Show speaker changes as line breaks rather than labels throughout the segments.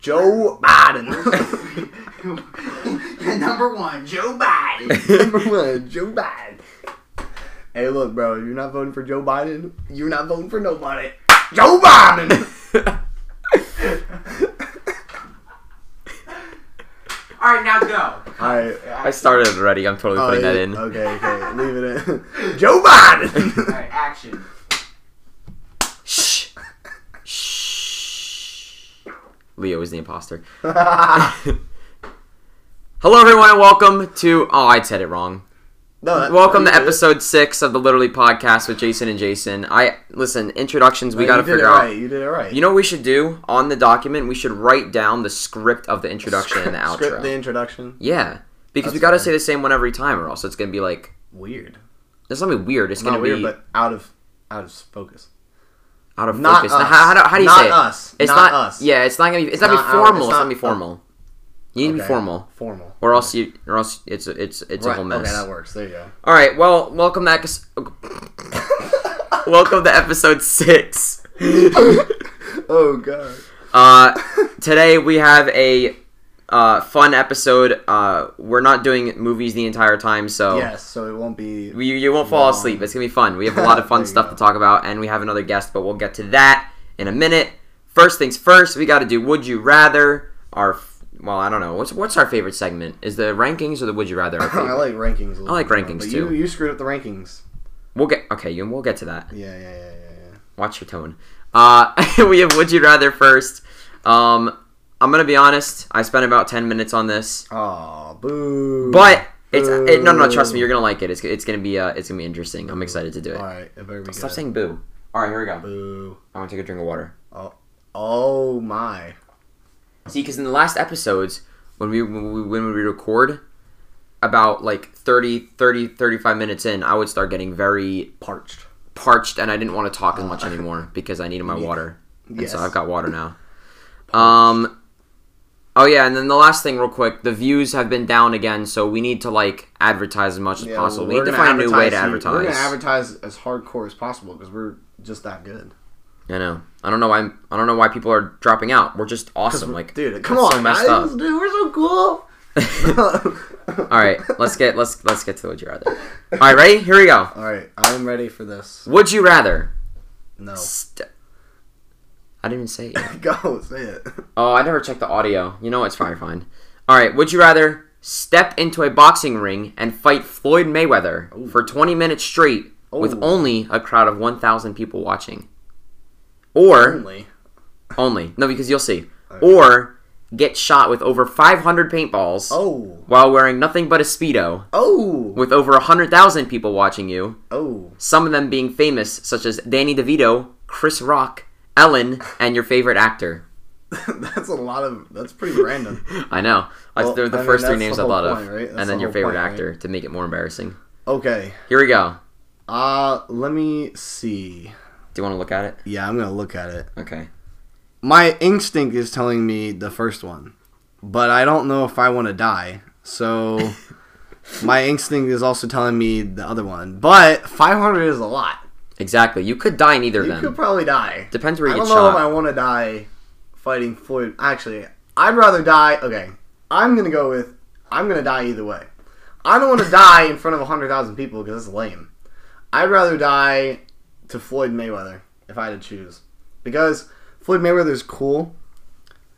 Joe Biden.
Number one, Joe Biden.
Number one, Joe Biden. Hey, look, bro, you're not voting for Joe Biden, you're not voting for nobody. Joe Biden!
All right, now go.
Alright.
I started already. I'm totally putting
Oh,
that
yeah.
in.
Okay, okay, leave it in. Joe Biden!
All right, action.
Shh. Shh. Leo is the imposter. Hello, everyone, and welcome to. Oh, I said it wrong.
No, that-
Welcome to
you did it.
episode six of the Literally Podcast with Jason and Jason. I listen introductions. We
You
gotta
did
figure
it
out.
right. You did it right.
You know what we should do on the document? We should write down the script of the introduction and the outro.
Script the introduction.
yeah, because we
That's
gotta
fair.
say the same one every time, or else it's gonna be like
Weird.
it's gonna be weird. It's gonna
Not weird,
be
but out of out of focus.
out of
Not
focus.
us.
How, how do- how do you
Not
say it?
us.
It's
Not
not,
us.
Yeah, it's not gonna be. It's not,
Not
be
our- it's
formal. It's not,
not- Oh.
be formal. You need to be
Okay.
formal,
Formal.
or else you, or else it's a, it's it's a
Right,
whole mess.
Okay, that works. There you go.
All right. Well, welcome back. welcome to episode six.
Oh god.
Uh, today we have a uh, fun episode. Uh, we're not doing movies the entire time, so
Yes, so it won't be.
you, you won't fall
Long.
asleep. It's gonna be fun. We have a lot of
There
fun
you
stuff
go.
to talk about, and we have another guest, but we'll get to that in a minute. First things first, we got to do Would You Rather. Our f- well, I don't know what's what's our favorite segment. Is the rankings or the Would You Rather? Our
I
favorite?
like rankings. A little
I like
bit more,
rankings,
but
too.
You, you screwed up the rankings.
we'll get okay. You we'll get to that.
Yeah, yeah, yeah, yeah. yeah.
Watch your tone. Uh, we have Would You Rather first. Um, I'm gonna be honest. I spent about ten minutes on this.
Aw, boo.
But it's uh, it, no, no.
Boo.
Trust me, you're gonna like it. It's, it's gonna be uh, it's gonna be interesting. I'm excited to do it.
all right, it better be
Stop
good.
saying boo. All right, here we go.
boo.
I'm gonna take a drink of water.
Oh my.
See, because in the last episodes, when we when we, when we record, about like 30, 30, 35 minutes in, I would start getting very
Parched.
parched, and I didn't want to talk as much anymore because I needed my
Yeah.
water. And
Yes.
so I've got water now. Um. Oh yeah, and then the last thing, real quick, the views have been down again, so we need to like advertise as much as
Yeah,
possible. We
we're
need to
gonna
find a new way to
advertise- We're gonna
advertise.
advertise as hardcore as possible because we're just that good.
I know. I don't know why. I'm, I don't know why people are dropping out. We're just awesome. Like,
Dude, come
it's
on,
so messed
guys,
up.
dude, we're so cool.
All right, let's get let's let's get to would you rather. All right, ready? Here we go.
All right, I'm ready for this.
Would you rather?
No,
St- I didn't even say it. yet.
go say it.
Oh, I never checked the audio. You know it's probably fine. All right, would you rather step into a boxing ring and fight Floyd Mayweather for 20 minutes straight with
Ooh.
only a crowd of 1,000 people watching, or
Only.
Only. No, because you'll see. Or get shot with over 500 paintballs
Oh,
while wearing nothing but a Speedo
oh,
with over 100,000 people watching you,
oh.
some of them being famous, such as Danny DeVito, Chris Rock, Ellen, and your favorite actor.
that's a lot of. That's pretty random.
I know. I-
Well,
they're the
I mean,
first three
that's
names
the
I thought
whole
of.
point, right? That's
And
the
then your
whole
favorite
point, right?
actor to make it more embarrassing.
Okay.
Here we go.
Uh, let me see.
Do you want to look at it?
Yeah, I'm gonna look at it.
Okay.
My instinct is telling me the first one, but I don't know if I want to die. So, my instinct is also telling me the other one. But 500 is a lot.
Exactly. You could die in either of
You
them.
could probably die.
Depends where you
I
get
don't know if I
shot.
want to die fighting Floyd. Actually, I'd rather die. Okay, I'm gonna go with I'm gonna die either way. I don't want to die in front of hundred thousand people because that's lame. I'd rather die to Floyd Mayweather if I had to choose because Floyd Mayweather's cool.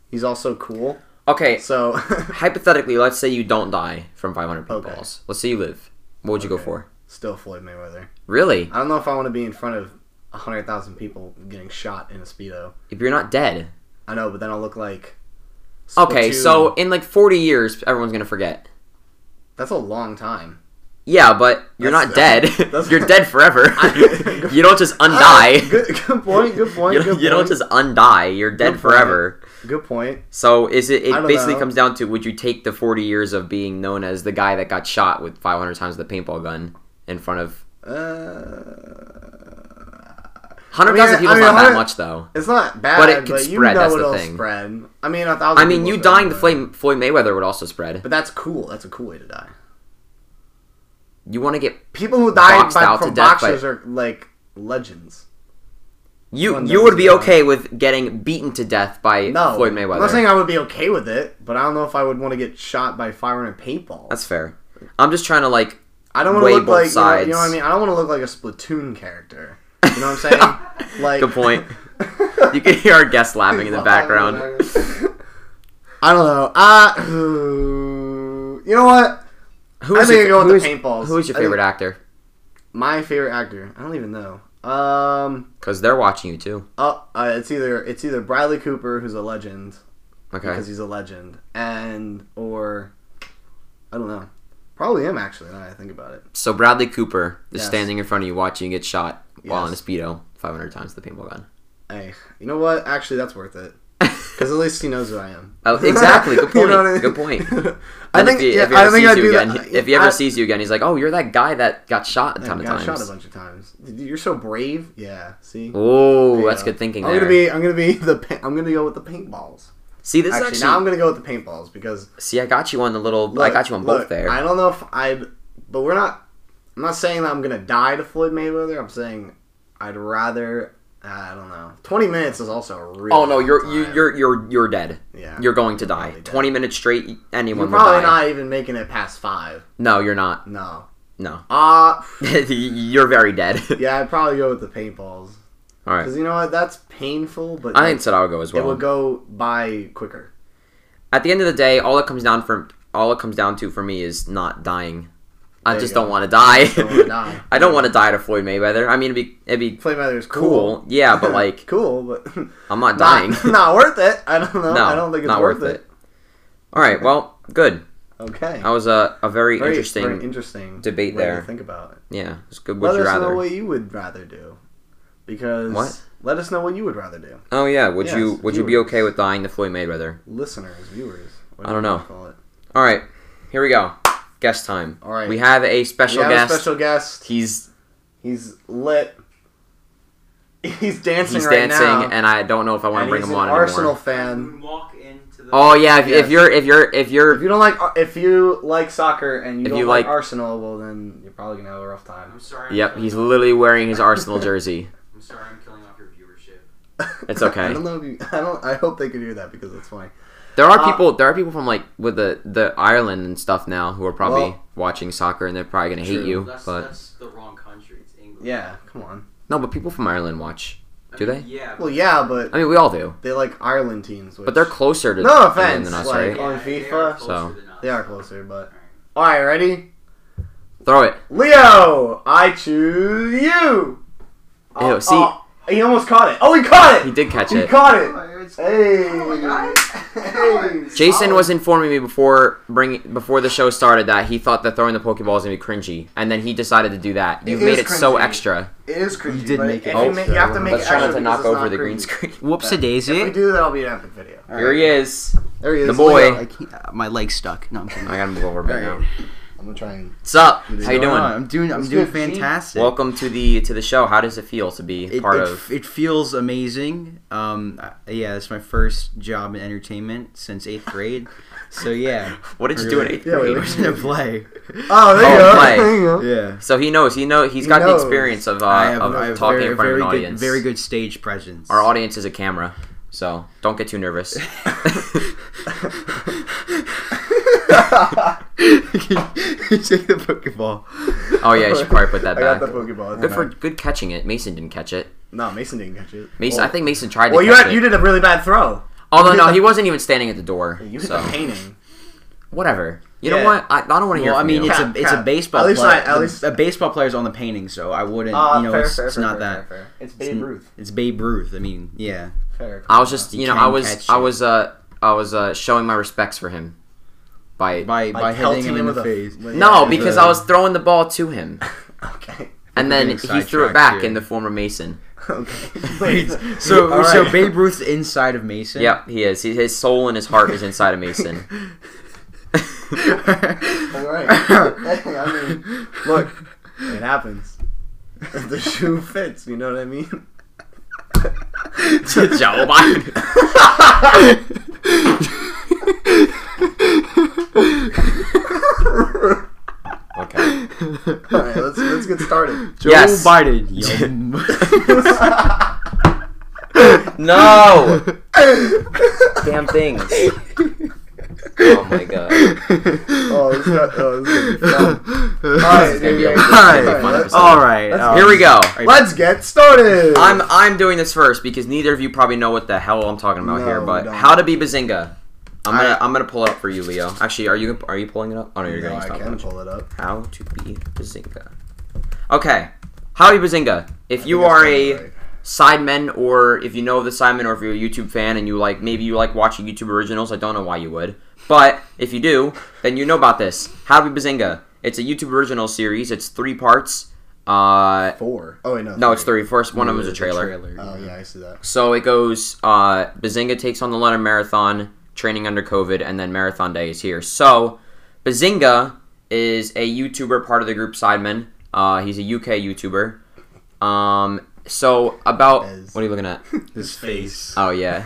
He's also cool.
Okay.
So
Hypothetically, let's say you don't die from 500 paintballs.
Okay.
Let's say you live. What would you go
Okay.
for?
still Floyd Mayweather.
Really?
I don't know if I want to be in front of hundred thousand people getting shot in a speedo.
If you're not dead.
I know, but then I'll look like.
Okay,
Splatoon.
so in like 40 years, everyone's gonna forget.
that's a long time.
Yeah, but you're
That's-
not dead.
that's-
you're dead forever.
I-
you don't just
Ah,
undie.
good, good point. Good point.
You,
good point.
you don't just undie. You're dead
Good point.
forever.
Good point.
So is
I
it? It
don't
basically
know.
comes down to would you take the 40 years of being known as the guy that got shot with 500 times the paintball gun in front of
Uh,
100,000
I mean,
people's
I mean,
not that
100
much though.
it's not bad,
But
but
it could
you
spread,
know
that's the
it'll
thing.
spread. I mean, a thousand.
I mean,
people
you
is
dying to
better,
Floyd, Floyd Mayweather would also spread.
but that's cool. That's a cool way to die.
You want to get
People who die
Boxed
by,
out
from
to death by-
boxers are like legends.
You
One
you would
doesn't
be
know.
okay with getting beaten to death by
No,
Floyd
I'm not
Mayweather.
saying I would be okay with it, but I don't know if I would want to get shot by fire and paintball.
That's fair. I'm just trying to like
I don't want
way
to look
both
like you know- you know, what I
sides.
mean. I don't want to look like a Splatoon character. You know what I'm saying? like
good point. You can hear our guest laughing in the background.
I don't know. I you know what?
Who
I
is
think
your,
I go
who
with
is,
the paintballs.
who is your
I think-
favorite actor?
My favorite actor. I don't even know. Um.
Because they're watching you too.
Oh, uh, it's either it's either Bradley Cooper, who's a legend,
Okay.
because he's a legend, and or I don't know. Probably him actually. Now that I think about it.
So Bradley Cooper is
Yes.
standing in front of you watching you get shot while in a
Yes.
speedo 500 times with the paintball gun.
Hey, you know what? Actually, that's worth it. Because at least he knows who I am.
Oh, exactly. Good
You know what
point. Good
I
Then
think.
if he,
yeah,
if he
I
ever
think
sees
I'd
you
do
again,
that.
he- if he ever
I-
sees you again, he's like, "Oh, you're that guy that got shot a
I
ton of
got shot a
times."
bunch of times. You're so brave. Yeah. See.
Oh,
There you
that's
go.
good thinking
I'm
there.
gonna be. I'm gonna be the. Pa- I'm gonna go with the paintballs.
see, this
Actually,
is
now
actually.
I'm gonna go with the paintballs because
see, I got you on the little. I
look,
got you on
look,
both there.
I don't know if I'd. But we're not. I'm not saying that I'm gonna die to Floyd Mayweather. I'm saying I'd rather. uh, I don't know. Twenty minutes is also a real.
oh no, you're
long
you,
time.
you're you're you're dead.
Yeah.
You're going to die.
probably dead.
Twenty minutes straight,
You're
anyone would
probably
die.
not even making it past five.
No, you're not.
No.
No,
Uh
you're very dead.
yeah, I'd probably go with the paintballs
All right,
because you know what? That's painful, but
I think so. I would go as
it
well.
will go by quicker.
At the end of the day, all it comes down for all it comes down to for me is not dying. I
There you
just
go.
don't want to die.
don't wanna die.
I don't want to die to Floyd Mayweather. I mean, it'd be it'd be
Flame Feather is cool.
cool. Yeah, but like
cool, but
I'm not dying.
not, not worth it. I don't know.
no,
I don't think it's
not
worth, it.
All right, well, good.
Okay.
That was a, a very,
Very-
interesting.
very interesting
debate
way to
there.
think about it.
yeah, it's good.
let
Would you
us know
rather?
what you would rather do, because
What?
Let us know what you would rather do,
oh yeah, would you
Yes,
would you be
viewers.
okay with dying to Floyd Mayweather?
listeners, viewers. What
I
do
don't
you
know.
wanna Call it.
All right, here we go. Guest time.
All right.
we have a special
we have
guest.
a special guest.
He's
He's lit. He's dancing
he's
right
dancing,
now.
and I don't know if I want to
And
bring
he's
him
an
on
Arsenal
anymore.
fan.
Walk into the.
Oh yeah, if, if
Yes.
you're if you're if
If
you're
you don't like, if you like soccer and you
If
don't
you
like,
like-
Arsenal, well then you're probably gonna have a rough time.
I'm sorry. I'm
yep,
killing
he's
off-
literally wearing his Arsenal jersey.
I'm sorry, I'm killing off your viewership.
It's okay.
I don't know. If you, I don't. I hope they can hear that because it's funny.
There are
Uh,
people there are people from like with the the Ireland and stuff now who are probably
Well-
watching soccer and they're probably gonna hate
True.
you.
That's,
But
that's the wrong country. It's England.
Yeah, come on.
no, but people from Ireland watch.
I
Do
mean,
they?
Yeah.
Well, yeah, but
I mean, we all do,
they like Ireland teams, which
but they're closer to
No
England
offense,
than us,
like-
right?
on
yeah, they
FIFA,
are
so-
closer than us.
they are closer. But
Alright.
all right, ready?
Throw it.
Leo, I choose you. Oh,
Ew, see-
he almost caught it. Oh, he caught it.
He did catch
He
it.
caught it.
Oh, it's-
Hey.
Oh my God.
Hey.
Jason
Oh.
was informing me before bring before the show started that he thought that throwing the Pokeball was gonna be cringy, and then he decided to do that. You
It
made
is
it so
cringy.
extra.
It is cringy.
You did
but
make
if
it.
You,
Oh,
make, you have to make
Let's
it
try not
extra
to knock
because it's
over
not
the green
cringy.
screen.
Whoops a
If we
daisy.
do, that'll be an epic video.
Here he is.
There he is.
The boy.
I can't- uh, my leg's stuck. No, I'm kidding.
I gotta move over back now.
Alright.
I'm gonna try and.
What's up?
What's
How you
What's going
doing?
on? I'm doing. I'm
What's
doing
good, Gene?
fantastic.
Welcome to the to the show. How does it feel to be
it,
part
it,
of?
it feels amazing. Um, I- yeah, it's my first job in entertainment since eighth grade. So yeah,
What did you do in
Really?
eighth
Yeah, wait,
we're
grade?
wait.
just gonna play.
Oh, there you
Oh,
go.
play.
There you go.
Yeah,
So he knows. He know. He's
He
got the
knows.
experience of
I
uh,
have, I
of
have
talking
very,
in front of
very
an
good,
audience.
very good stage presence.
Our audience is a camera, so don't get too nervous.
you take the Pokeball.
oh yeah, you should probably put that
I
back.
got the Pokeball.
Good for good catching it. Mason didn't catch it.
No, Mason didn't catch it.
Mason,
Well-
I think Mason tried to
Oh. Well, you
catch
had,
it.
you did a really bad throw.
Although
you
no,
hit the-
he wasn't even standing at the door.
You hit
so
the painting.
whatever. You
Yeah.
know what? I, I don't want to hear.
Well, I
from
mean,
you.
it's a
Crap,
it's a
crap.
baseball.
At least
player.
I- at
the-
least-
a baseball player's on the painting, so I wouldn't.
Ah,
you know, it's, it's not that.
It's
Babe
Babe
n-
Ruth.
It's Babe Ruth. I mean, yeah.
Fair.
I was just,
You
you know,
try
I
and
was,
catch
I
it.
was, uh, I was uh, showing my respects for him by,
By by,
Like
hitting
pelting
him in the
with a-
face.
with-
no,
yeah,
because
the-
I was throwing the ball to him,
Okay.
and then
getting
he threw it
sidetracked
back
here.
in the form of Mason.
Okay.
Wait,
Wait.
so
All
so
right.
Babe Ruth's inside of Mason.
Yep, he is. He, his soul and his heart is inside of Mason.
All right. I mean, look, it happens. If the shoe fits, you know what I mean.
Joe Biden. Okay.
All right, let's let's get started.
Joe
Yes.
Biden. Yo.
No! Damn things. Oh my god.
Oh,
this got- oh, this is gonna Alright,
gonna be
dude,
a-
alright,
it's gonna be fun
alright.
episode.
All right.
Let's-
um,
Here we go.
Let's get started.
I'm I'm doing this first because neither of you probably know what the hell I'm talking about
No,
here.
we
But
don't.
how to be Bazinga. I'm gonna
Alright.
I'm gonna pull it up for you, Leo. Actually, are you are you pulling it up? Oh no, you're
no,
gonna
I
stop
can
watching.
pull it up.
How to be Bazinga. Okay. How to be Bazinga. If
I
you
think
are
that's
a
about right.
Sidemen, or if you know of the Sidemen, or if you're a YouTube fan and you like, maybe you like watching YouTube originals. I don't know why you would, but if you do, then you know about this. How to be Bazinga. It's a YouTube original series. It's three parts. Uh,
four. Oh wait, no.
no, it's three. First one of them is a
There's
trailer.
Oh yeah, I see that.
So it goes uh, Bazinga takes on the London Marathon, training under COVID, and then Marathon Day is here. So Bazinga is a YouTuber, part of the group Sidemen. Uh, he's a UK YouTuber. Um, so about
As-
what are you looking at?
His face.
Oh yeah.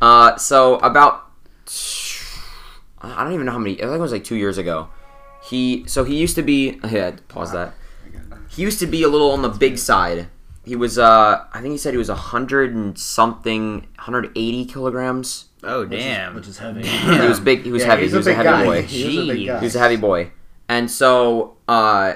uh, so about I don't even know how many. I think it was like two years ago. He so he used to be yeah pause that. He used to be a little on the big side. He was uh I think he said he was a hundred and something, hundred eighty kilograms.
Oh damn.
Which is heavy.
Damn.
He was big. He was heavy.
he's
He was a
big
heavy
guy.
boy.
He was a big
Jeez.
guy.
He was a heavy boy. And so uh,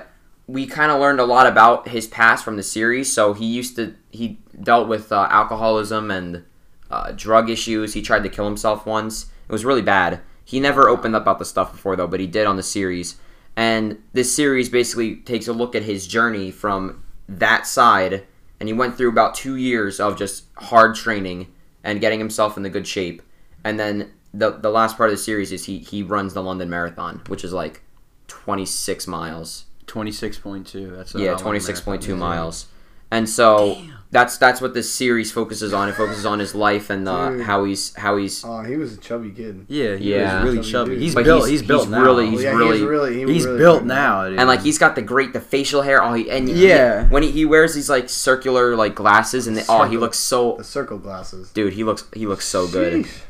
we kind of learned a lot about his past from the series. So he used to he dealt with uh, alcoholism and uh, drug issues. He tried to kill himself once. It was really bad. He never opened up about the stuff before though, but he did on the series. And this series basically takes a look at his journey from that side, and he went through about two years of just hard training and getting himself into good shape. And then the the last part of the series is he he runs the London Marathon, which is like 26 miles.
Twenty six point two. That's
yeah,
how long
26.2
marathon is.
miles. And
Oh,
so that's that's what this series focuses on. It focuses on his life and uh,
Dude.
how he's how he's
Oh, he was a chubby kid.
Yeah, he was
Yeah.
really
Chubby
chubby.
dude.
He's
But
built.
he's-
He's, built
he's
now.
really-
Oh,
he's
yeah, he was
really-
really. He was
he's
really
built
big.
now, dude.
and like he's got the great the facial hair. Oh, he, and he-
Yeah.
when he, he wears these like circular like glasses and they, oh he
Circle.
looks so
The circle glasses.
dude he looks he looks so good.
Sheesh.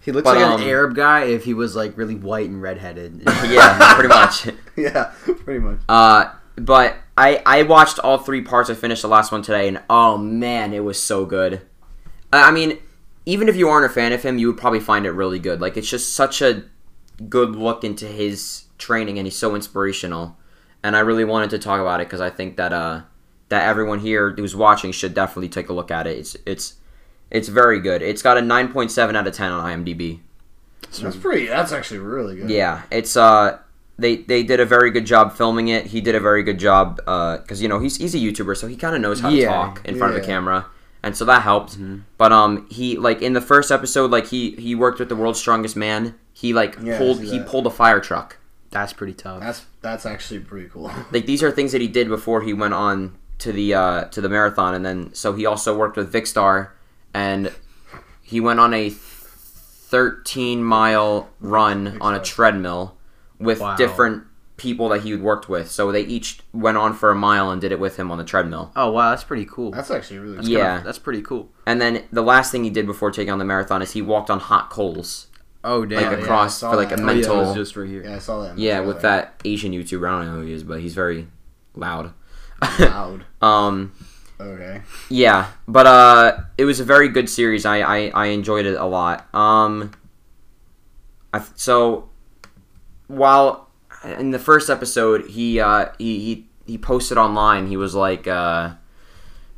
he looks
but,
like
um,
an Arab guy if he was like really white and redheaded.
yeah, pretty much.
Yeah, pretty much.
Uh, but I I watched all three parts. I finished the last one today, and oh man, it was so good. I I mean, even if you aren't a fan of him, you would probably find it really good. Like it's just such a good look into his training, and he's so inspirational. And I really wanted to talk about it because I think that uh that everyone here who's watching should definitely take a look at it. It's it's it's very good. It's got a 9.7 out of 10 on IMDb.
That's pretty. That's actually really good.
Yeah, it's uh they they did a very good job filming it. He did a very good job uh cuz you know, he's he's a YouTuber, so he kind of knows how to
Yeah,
talk in front of
yeah.
a
Mm-hmm.
camera. And so that helped. But um he like in the first episode like he he worked with the world's strongest man. He like
Yeah, I
pulled
see
he
that.
pulled a fire truck.
That's pretty tough.
That's that's actually pretty cool.
Like these are things that he did before he went on to the uh to the marathon and then so he also worked with Vicstar and he went on a 13 mile run on a
Vicstar.
treadmill with
Wow.
different people that he had worked with. So they each went on for a mile and did it with him on the treadmill.
oh wow, that's pretty cool.
That's actually really.
That's kinda-
yeah.
that's pretty cool.
And then the last thing he did before taking on the marathon is he walked on hot coals
Oh damn.
like
yeah, I
across
saw
for like a
that.
Oh, yeah, it
mental
was just right here.
Yeah, I saw that. in the
yeah, with
trailer.
that Asian YouTuber, I don't know who he is, but he's very loud.
Loud.
um
Okay.
Yeah, but uh, it was a very good series. I I, I enjoyed it a lot. Um, I, so while in the first episode, he uh he he, he posted online. He was like, uh,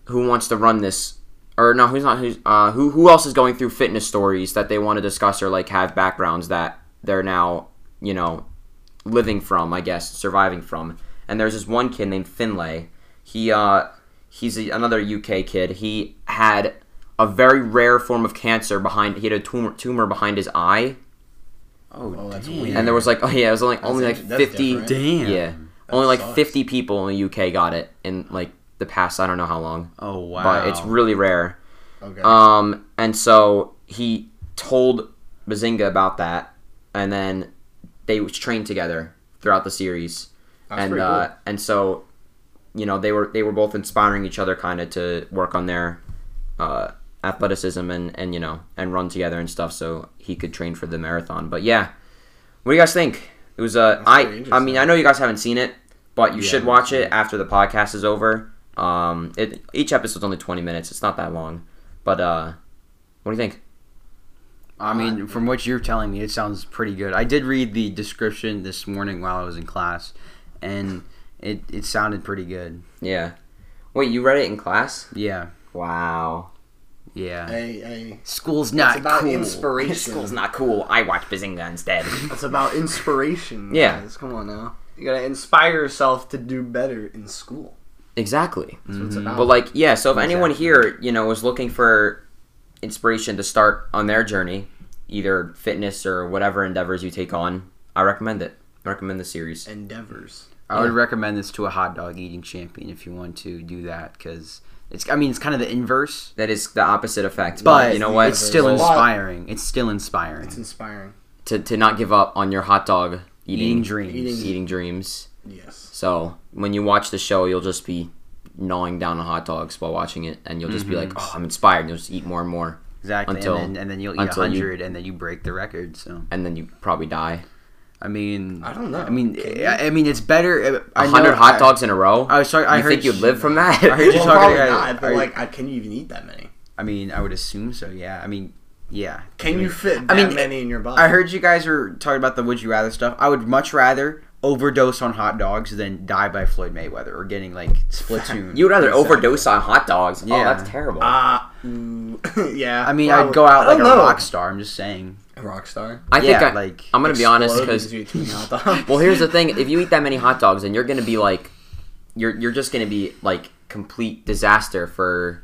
"Who wants to run this?" Or no, who's not? Who's uh, who? Who else is going through fitness stories that they want to discuss or like have backgrounds that they're now you know living from? I guess surviving from. And there's this one kid named Finlay. He uh he's a, another UK kid. He had a very rare form of cancer behind. He had a tumor, tumor behind his eye,
Oh,
Oh, that's
damn.
weird.
and there was like, oh yeah, it was only only like
int- that's
fifty.
different.
damn.
Yeah, only like
sucks.
fifty people in the UK got it in like the past. I don't know how long,
Oh wow.
but it's really rare.
Okay.
Um, and so he told Bazinga about that, and then they trained together throughout the series
that's
and
pretty
uh, and so you know they were they were both inspiring each other kind of to work on their uh, athleticism and and you know and run together and stuff so he could train for the marathon but yeah what do you guys think it was
That's
uh
pretty
i i
interesting.
mean i know you guys haven't seen it but you
Yeah,
should
I
watch
haven't
it after the podcast is over um it each episode's only 20 minutes it's not that long but uh What do you think?
I mean, from what you're telling me, it sounds pretty good. I did read the description this morning while I was in class, and it, it sounded pretty good.
Yeah. Wait, you read it in class?
Yeah,
Wow.
yeah.
Hey, hey.
School's
It's
not
about
Ah, cool.
inspiration.
School's not cool. I watch Bazinga instead.
It's about inspiration.
Yeah.
guys. Come on now. You gotta inspire yourself to do better in school.
exactly.
That's what it's
Mhm.
about.
But like, yeah. So if anyone
Exactly.
here, you know, is looking for inspiration to start on their journey, either fitness or whatever endeavors you take on, I recommend it. I recommend the series.
endeavors.
I would recommend this to a hot dog eating champion if you want to do that, because it's. I mean, it's kind of the inverse,
That is the opposite effect. But,
but
you know what?
It's still
But-
inspiring. It's still inspiring.
It's inspiring.
to, to not give up on your hot dog
eating
eating
dreams.
eating-
eating dreams.
Yes.
So when you watch the show, you'll just be gnawing down on hot dogs while watching it, and you'll just be
Mm-hmm.
like, "Oh, I'm inspired." And you'll just eat more and more,
Exactly,
Until-
and, then, and then you'll eat
until you-
hundred, and then you break the record. So
and then you probably die.
I mean,
I don't know.
I mean, eh,
Can
I, I mean, it's better. uh, I
A
know-
hundred hot
I-
dogs in a row.
I, was sorry. I
you
heard
think you'd
you-
live from that?
I heard you
well,
talking-
probably
are-
not, but
are-
like, I, can you even eat that many?
I mean, I would assume so. Yeah. I mean, yeah.
Can you fit that
I mean,
many in your body?
I heard you guys were talking about the would you rather stuff. I would much rather overdose on hot dogs than die by Floyd Mayweather or getting like Splatoon.
You'd rather
Exactly.
overdose on hot dogs. Oh,
Yeah.
that's terrible.
Ah, mm, yeah.
I mean,
probably.
I'd go out
I
like a
don't know.
rock star. I'm just saying.
A rock star.
I think
yeah,
I,
like
I'm gonna be honest because well, here's the thing: if you eat that many hot dogs, then you're gonna be like, you're you're just gonna be like complete disaster for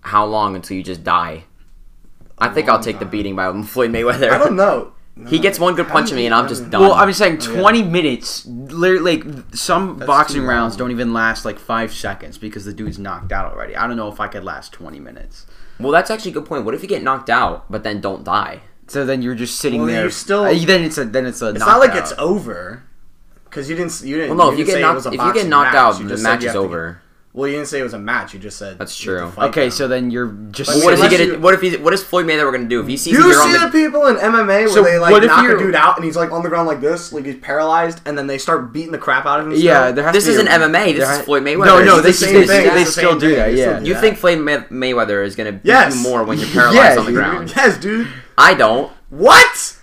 how long until you just die. I think I'll
long
take the
time.
beating by Floyd Mayweather.
I don't know.
He gets one good
How
punch
do
at
you
me,
eat
and I'm
that
just
many?
done.
Well, I'm just saying,
Oh, yeah.
20 minutes. Literally, like some
That's
boxing
too
rounds
long.
don't even last like five seconds because the dude's knocked out already. I don't know if I could last 20 minutes.
Well, that's actually a good point. What if you get knocked out but then don't die?
So then you're just sitting
Well,
there.
you're still-
Uh, then it's a then it's a.
It's not like it's over. Because you didn't, s- you didn't.
Well, no, if you
didn't say
get
it
knocked
was a
if you get
boxing
knocked
match,
out,
you
the
just said
match
you
is
have to
over.
get- well, you didn't say it was a match. You just said
That's
you have to
true.
fight
okay.
now.
So then you're just.
But
What if he
unless
get?
you-
What if he's? What is Floyd Mayweather gonna do if he sees
you
you're on
see the,
the?
people in MMA where
So
they like
what if
knock a
you're-
dude out and he's like on the ground like this, like he's paralyzed, and then they start beating the crap out of him.
yeah, there has
This
to be
isn't
a-
MMA. This
there
is
ha-
Floyd Mayweather.
No, no,
It's
they,
the
same
they,
thing.
they
It's the
still
same
do
thing.
that.
They still
Yeah,
do
you
that.
think Floyd May- Mayweather is gonna beat
Yes.
you more when you're paralyzed
Yeah,
on the
you-
ground?
yes, dude.
I don't.
What?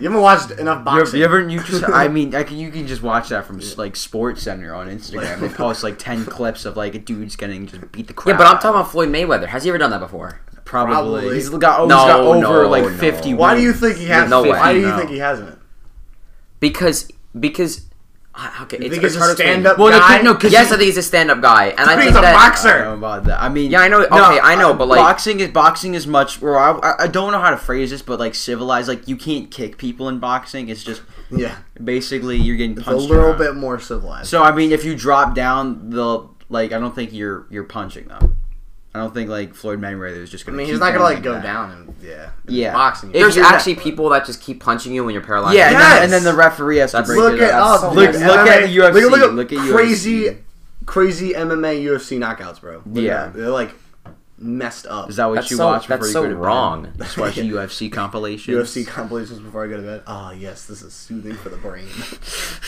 You haven't watched enough
You
boxing.
ever, you ever- you just I mean I can, you can just watch that from like Sports Center on Instagram. They post like ten clips of like a dude's getting just beat the crap.
Yeah, but I'm
out.
talking about Floyd Mayweather. Has he ever done that before?
probably.
Probably.
he's got, oh, he's
No,
got over
no,
like
no.
fifty.
Why do you
wins.
think he has?
No
Why
way.
do you
No.
think he hasn't?
Because because I- okay, it's,
think
it's
he's a
hard to explain.
stand-up
Well, the
guy?
thing- no, 'cause
Yes, I
he-
think he's a stand-up guy, and I
He's
think
a
that
I
boxer.
don't know about that. I mean,
Yeah, I know- okay, I know,
uh,
but, like-
boxing is boxing is much. Or I, I- I don't know how to phrase this, but like civilized, like you can't kick people in boxing. It's just
Yeah,
basically you're getting
it's
punched
a little
around.
bit more civilized.
So I mean, if you drop down, the like I don't think you're you're punching them. I don't think like Floyd Mayweather is just
I
gonna.
mean,
keep
he's not gonna
going
like go
that.
down and yeah,
Yeah.
boxing.
there's
you're not-
actually people that just keep punching you when you're paralyzed.
Yeah, and, then,
Yes!
and then the referee has to break
look
it
at
up.
us.
so
look,
much.
look at
MMA
UFC.
Look, at-
Look at UFC.
crazy, crazy MMA UFC knockouts, bro. Look at
Yeah.
that. they're like messed up.
Is that what
That's
you
so-
watch before
that's
you
so
go to bed?
wrong.
Just watch the UFC compilation.
UFC compilations before I go to bed. Ah, yes, this is soothing for the brain.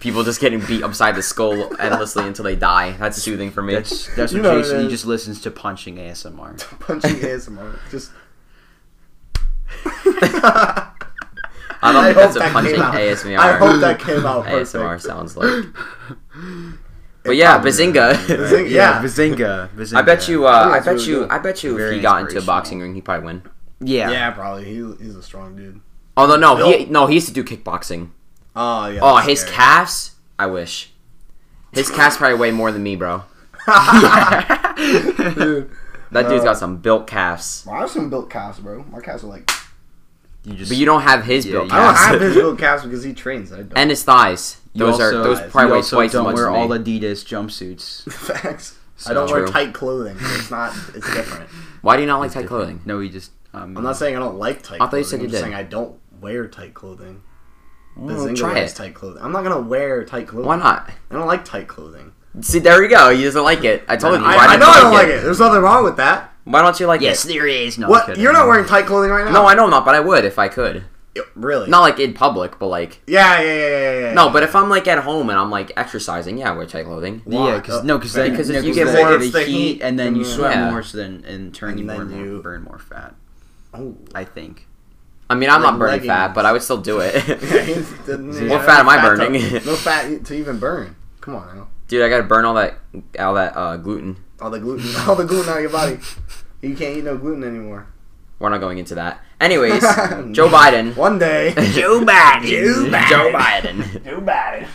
people just getting beat upside the skull endlessly until they die. That's soothing for me.
That's that's
You
what
know what
Jason.
it
He
is.
just listens to punching ASMR.
Punching ASMR. Just.
I don't
I
think that's
hope
a
that
punching
came out.
ASMR.
I hope that came out perfect.
ASMR sounds like. But yeah, Bazinga.
Bazinga, yeah.
Bazinga. Bazinga.
I bet you. Uh, I
That's
bet
really
you.
good.
I bet you. If
Very
he got into a
inspirational.
boxing ring, he'd probably win.
yeah.
Yeah, probably. He, he's a strong dude.
Although no, he
Nope.
no, he used to do kickboxing.
Oh yeah.
Oh,
that's
his
scary.
calves. I wish. His calves probably weigh more than me, bro.
Dude,
That dude's
Bro.
got some built calves.
I have some built calves, bro. My calves are like.
You just.
But you don't have his
Yeah,
built
you
I don't
calves.
have his built calves because he trains. I don't.
and his thighs.
you
Those
also- uh,
are those
you
probably
you
weigh
also
twice as
don't
much.
wear
as me.
all Adidas jumpsuits.
facts.
So-
I don't wear
True.
tight clothing. It's not. It's different.
Why do you not like tight clothing?
No, he just. Um,
I'm not saying I don't like tight.
I thought you
clothing.
said you
I'm just
did.
saying I don't wear tight clothing.
Well,
Bazinga
try
wears
it.
tight clothing. I'm not gonna wear tight clothing.
Why not?
I don't like tight clothing.
See, there we go. He doesn't like it. I told you.
I,
why
I
don't
know
you
I don't like it. There's nothing wrong with that.
Why don't you like
Yes,
it?
there is. No, I'm
What?
kidding.
You're not wearing tight clothing right now.
No, I know I'm not, but I would if I could.
It- really?
Not like in public, but like
Yeah, yeah, yeah, yeah, yeah, yeah.
no. But if I'm like at home and I'm like exercising, yeah, I wear tight clothing.
Why?
Yeah, because no, because
Because if
no,
you
'cause
get
they-
more of
the
the
heat,
heat,
and then you
then-
sweat
Yeah.
more, so then in turn
And
you,
then
burn, more,
you-
burn more fat.
Oh.
I think.
I mean, I'm
Like
not burning fat,
leggings.
but I would still do it.
what
What fat am I burning?
no fat to even burn. Come on now.
Dude, I gotta burn all that all that uh, gluten.
All the gluten, all the gluten out of your body. You can't eat no gluten anymore.
We're not going into that. Anyways, Joe Biden.
One day. Joe Biden.
Joe Biden.
Joe Biden.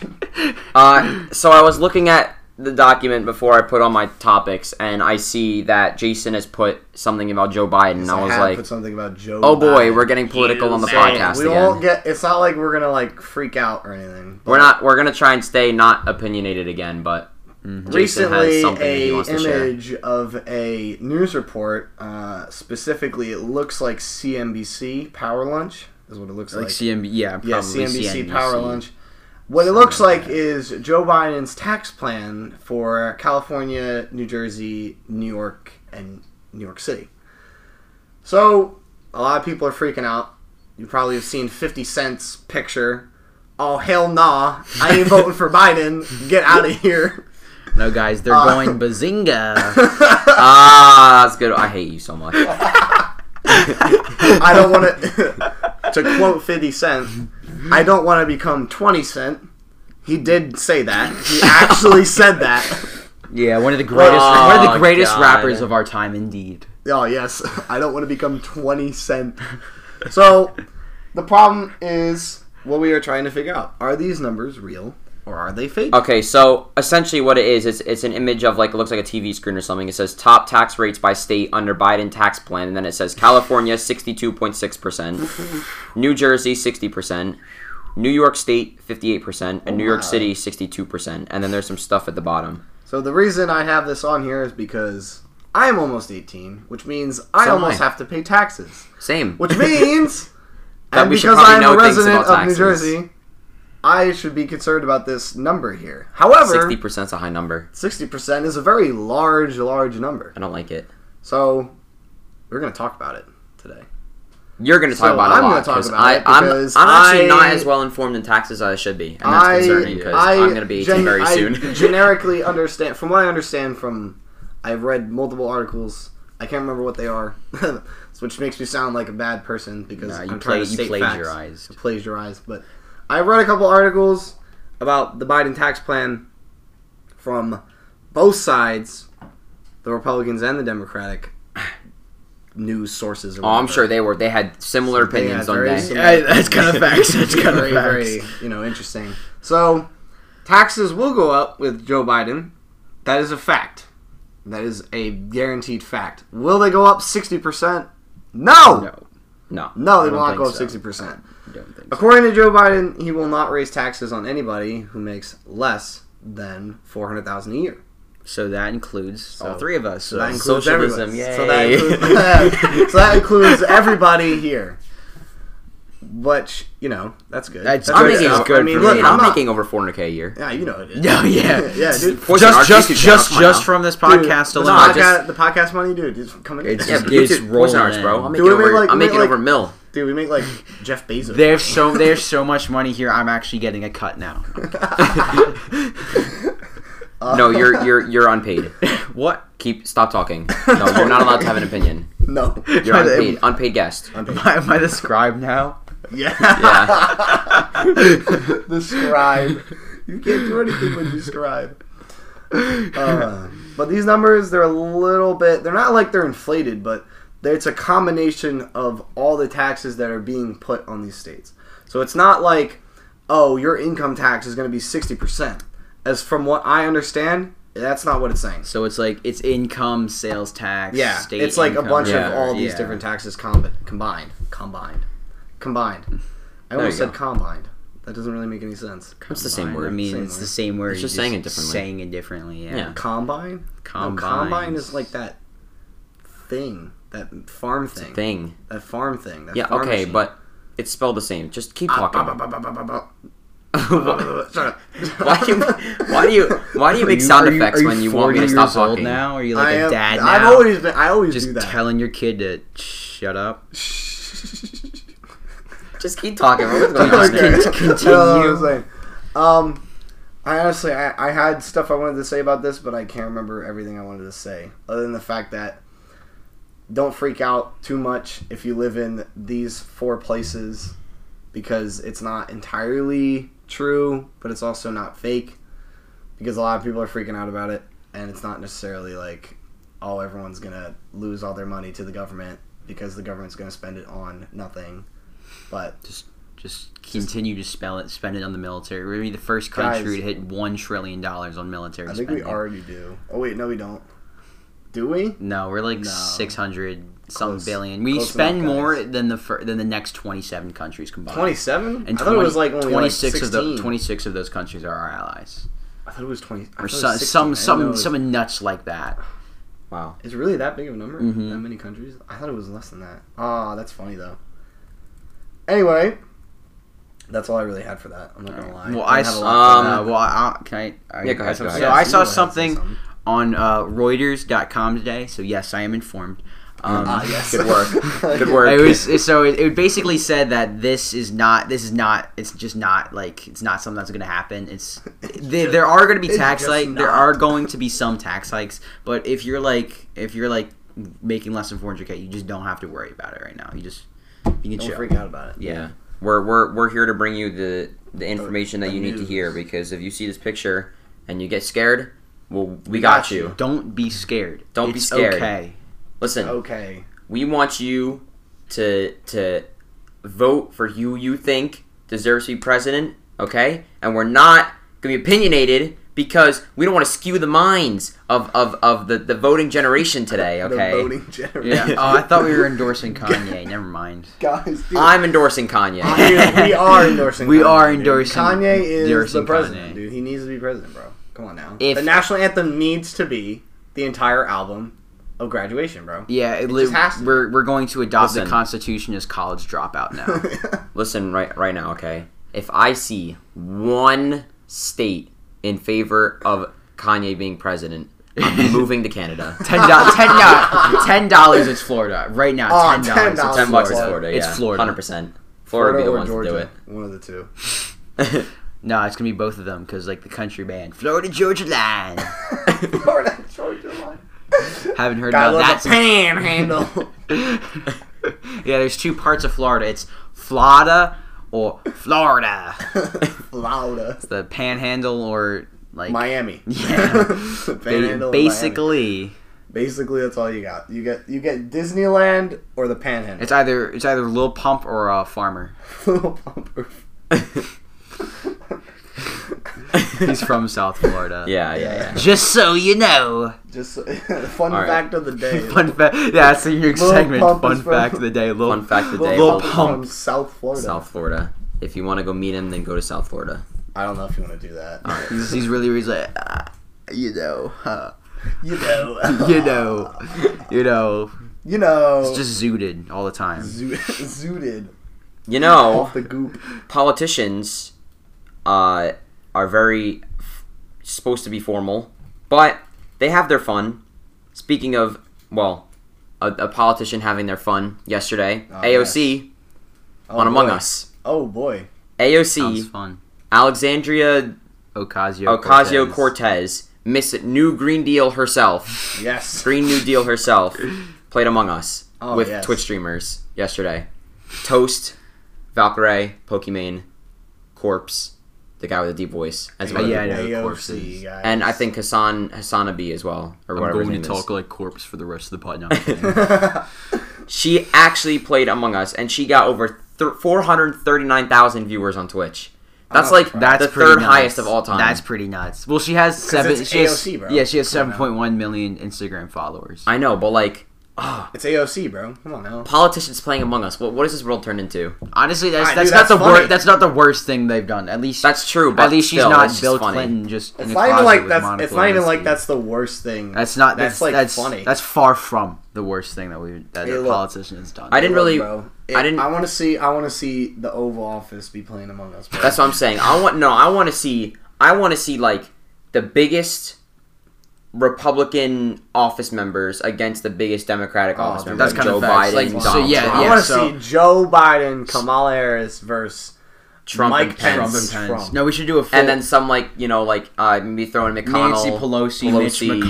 Uh, so I was looking at the document before I put on my topics, and I see that Jason has put something about Joe Biden, and I was
had to
like,
put something about Joe.
"Oh boy,
Biden.
we're getting political on the
So,
podcast
We
again."
won't get. It's not like we're gonna like freak out or anything. but
we're not. We're gonna try and stay not opinionated again, but Jason has
Mm-hmm. Recently,
something that he
a
wants to share.
image of a news report. Uh, specifically, it looks like CNBC Power Lunch is what it looks
Like,
like.
CMB, yeah, probably
yeah, CNBC, Power
CNBC.
Lunch. What it looks like is Joe Biden's tax plan for California, New Jersey, New York, and New York City. So a lot of people are freaking out. You probably have seen Fifty Cent's picture. Oh hell nah! I ain't voting for Biden. Get out of here.
No, guys, they're
Uh,
going bazinga.
Ah, that's good. I hate you so much.
I don't want to. to quote 50 Cent, I don't want to become 20 Cent. He did say that. He actually said that.
yeah, one of the greatest,
Oh,
one of the greatest
God.
rappers of our time, indeed.
Oh, yes. I don't want to become 20 Cent. So, the problem is what we are trying to figure out. Are these numbers real or are they fake?
Okay, so essentially what it is, it's, it's an image of like, it looks like a TV screen or something. It says top tax rates by state under Biden tax plan. And then it says California 62.6%, New Jersey 60%, New York State 58%, and New York
wow.
City 62%. And then there's some stuff at the bottom.
So, the reason I have this on here is because I'm almost 18, which means I
So am
almost
I.
have to pay taxes.
Same.
Which means,
That
and
we should
because
probably
I am a
know things
resident
about
of New
taxes.
Jersey, I should be concerned about this number here. However,
60% is a high number.
60 percent is a very large, large number.
I don't like it.
So we're gonna talk about it today.
You're going to talk
So
about it
I'm
a
gonna
lot.
talk
'cause
about
I,
it
I'm,
because
I'm actually
I-
not as well informed in taxes as I should be. And that's concerning because
I-
I'm going to be 18
gen-
very
I
soon.
generically understand, from what I understand from, I've read multiple articles. I can't remember what they are, which makes me sound like a bad person because
Nah, you
I'm trying
play-
to
you
state
plagiarized.
facts. Plagiarized, but I read a couple articles about the Biden tax plan from both sides, the Republicans and the Democratic news sources. Or
Oh, I'm
whatever.
sure they were. They had similar
They
opinions
had
on
very
that.
similar-
Yeah, that's kind of facts. That's kind of
very, very,
facts.
you know, interesting. So, taxes will go up with Joe Biden. That is a fact. That is a guaranteed fact. Will they go up 60%? No! No,
No,
No.
they
I don't
will not go up
think so.
60%.
I don't think. So.
According to Joe Biden, he will not raise taxes on anybody who makes less than 400000 a year.
So that includes all
So-
three of us. So,
that includes
socialism,
everybody.
yay.
So that includes, so that includes everybody here. Which, you know, that's good.
That's
I'm
good
making,
stuff.
I
over, I
mean,
for
look,
me.
I'm
I'm
not,
making over 400k a year.
Yeah, you know it is.
Yeah, Oh, yeah.
yeah, dude.
Fortune
just,
Arc
just,
YouTube channel,
just,
come on
just
now.
from this
Dude,
podcast
the,
alone.
not
podca-
just-
the podcast money, dude, is coming in.
It's
Yeah,
Yeah,
just-
but
It's
YouTube Poison Arts,
rolling.
bro. I'm
Do
making,
we
over,
make, like-
I'm
we
making
make,
over
like-
mil.
dude, we make like Jeff Bezos.
There's so there's so much money here. I'm actually getting a cut now.
Uh,
No, you're you're you're unpaid.
what?
Keep stop talking. No, you're not allowed to have an opinion.
no.
You're
But it-
unpaid. Unpaid guest.
I'm
Am
paid.
I, am I the scribe now?
Yeah.
Yeah.
the scribe. You can't do anything with the scribe. Uh, but these numbers, they're a little bit. They're not like they're inflated, but they're- it's a combination of all the taxes that are being put on these states. So it's not like, oh, your income tax is going to be sixty percent. As from what I understand, that's not what it's saying.
So it's like it's income, sales tax.
Yeah,
state
it's like a
income,
bunch of
yeah,
all these
yeah.
different taxes combi- combined, combined, combined. I almost
you
said
go.
combined. That doesn't really make any sense.
It's the same
Combine.
word.
I mean,
Same
it's
word.
the same word.
It's
you're
just saying it differently.
Saying it differently. Yeah.
Yeah.
Combine? No,
Combines.
combine is like that thing, that farm thing,
Thing.
that farm thing. That
Yeah.
farm
Okay,
machine.
but it's spelled the same. Just keep
Ah,
talking.
bah, bah, bah, bah, bah, bah,
why
bah, bah, Shut up.
do you why do you why do you
Are
make sound
are you-
effects
are you
when you want me
40
to stop
years old
talking?
Now are you like
I
a
am,
dad now?
I've always been. I always do
just
that.
telling your kid to shut up.
Just keep talking. What's going on
Okay.
there?
Just
I don't know what I'm saying.
continue.
Um, I honestly, I, I had stuff I wanted to say about this, but I can't remember everything I wanted to say. Other than the fact that don't freak out too much if you live in these four places, because it's not entirely true, but it's also not fake, because a lot of people are freaking out about it, and it's not necessarily like, oh, everyone's gonna lose all their money to the government because the government's gonna spend it on nothing, but
Just continue to spell it. Spend it on the military. We're gonna be the first country
Guys.
to hit one trillion dollars on military
I think
spending.
we already do. Oh wait, no, we don't. Do we?
No, we're like
No.
six hundred some
Close.
billion. We
Close
spend
enough, guys.
more than the fir- than the next twenty seven countries combined.
Twenty-seven.
And
I thought it was like only
26
like
of the 26 of those countries are our allies,
I thought it was twenty. I
or
thought it
some
was 16. I
some
didn't know it
some
was-
some nuts like that.
Wow.
It's really that big of a number?
Mhm.
That many countries? I thought it was less than that. Ah, that's funny though. Anyway, that's all I really had for that. I'm not gonna lie.
Well,
I
I
didn't have
s-
a lot
um,
for
that.
uh, well, I, I- can I? I
Yeah, go ahead, go
so
ahead.
Yeah,
I
you go
saw
ahead and say
something
something.
on uh, Reuters.com today, so yes, I am informed. Um,
Ah, yes.
Good work. Good work.
It was it- so it, it basically said that this is not this is not it's just not like it's not something that's going to happen. It's, there- there are going to be
it's
tax
just
hikes. There
not.
are going to be some tax hikes, but if you're like if you're like making less than 400k, you just don't have to worry about it right now. You just you can
Don't
chill.
freak out about it.
Yeah. We're we're we're here to bring you the the information that
the
you need to hear
news.
because if you see this picture and you get scared, well, we got
got you.
you.
Don't be scared.
Don't be
It's
scared.
Okay.
Listen,
Okay.
we want you to to vote for who you think deserves to be president, okay? And we're not gonna be opinionated because we don't want to skew the minds of of, of the, the voting generation today, okay?
The voting generation.
Yeah. oh, I thought we were endorsing Kanye. Never mind.
guys. Dude,
I'm endorsing Kanye.
I- we are endorsing.
We
Kanye,
are
dude.
endorsing-
Kanye is
endorsing
the president,
Kanye.
dude. He needs to be president, bro. Come on now.
If-
the national anthem needs to be the entire album of graduation, bro.
Yeah, it li-
just has to be.
we're we're going to adopt
Listen.
the Constitution as college dropout now.
Listen right right now, okay? If I see one state in favor of Kanye being president, I'm moving to Canada.
ten dollars, ten dollars, ten dollars. It's Florida right now.
Oh,
Ten dollars.
$10.
Ten bucks is
Florida.
Florida.
It's
yeah,
Florida.
Hundred percent. Florida would be the ones
One of the two.
to do it.
No, it's gonna be both of them because like the country band, Florida Georgia Line.
Florida, Georgia line.
Haven't heard
Gotta love
about that.
the panhandle.
since- yeah, there's two parts of Florida. It's Florida or Florida.
Florida.
The Panhandle or like
Miami.
Yeah.
Panhandle
ba-
of Miami.
basically.
Basically, that's all you got. You get you get Disneyland or the Panhandle.
It's either it's either Lil Pump or uh, Farmer.
Little bumper.
He's from South Florida.
yeah, yeah, yeah.
Just so you know.
Just fun
All right.
fact of the day.
Fun fact. Yeah, that's your
Lil
segment.
Pump
Fun
is from-
fact of the day. Lil
Fun fact
Little
today:
Lil
Pump is
Pump.
from South Florida.
South Florida. If you want to go meet him, then go to South Florida.
I don't know if you want to do that.
He's, he's really, really like, "Ah, you know, huh,
You know.
you know, you know.
You know.
It's just zooted all the time.
zoo- zooted
You know,
off the goop.
politicians uh, are very f- supposed to be formal, but they have their fun. Speaking of, well, a, a politician having their fun yesterday,
Oh,
AOC
Oh,
on Among
boy.
Us.
Oh boy.
Sounds
AOC,
fun.
Alexandria
Ocasio.
Ocasio Cortez, Miss New Green Deal herself,
Yes.
Green New Deal herself, played Among Us
Oh,
with
yes.
Twitch streamers yesterday. Toast, Valkyrie, Pokimane, Corpse, the guy with the deep voice, as well.
Oh, yeah, I know.
AOC
corpses.
guys.
And I think Hassan Hassanabi as well, or
I'm
whatever his
going
name
to
is.
talk like corpse for the rest of the pod. now.
She actually played Among Us, and she got over th- 439,000 viewers on Twitch. That's
Oh,
like
crap.
That's
the
pretty
third
nuts.
highest of all time.
That's pretty nuts. Well, she has seven.
it's
she has-
AOC, bro.
Yeah, she has
Come on
seven
now.
point one million Instagram followers.
I know, but like
it's AOC, bro. Come on now.
politicians playing Among Us. What what does this world turn into?
Honestly, that's
Ah,
that's
dude,
not
that's
the
funny.
worst. That's not the worst thing they've done. At least
That's true, but
at least she's
still,
not
it's just
Bill
funny.
Clinton. Just in
It's
a
not even
closet
like
with
that's.
Monica
It's not even like
Lewinsky.
that's the worst thing.
That's not. That's,
That's, like,
that's,
funny.
That's far from the worst thing that we that
Hey,
a
look.
politician has done.
I didn't really.
Bro,
I didn't-
I want to see. I want to see the Oval Office be playing Among Us. Bro.
That's what I'm saying. I want no. I want to see. I want to see like the biggest Republican office members against the biggest Democratic
Oh,
office
dude,
member,
that's kinda
Joe
facts.
Biden,
Like,
Donald
so, yeah,
Trump,
I
yeah.
want to
so-
see Joe Biden, Kamala Harris versus
Trump
Mike
and Pence.
Trump and Pence.
Pence. Trump.
No, we should do a full
and then some like you know like uh, maybe throw in McConnell,
Nancy Pelosi,
Pelosi.
Mitch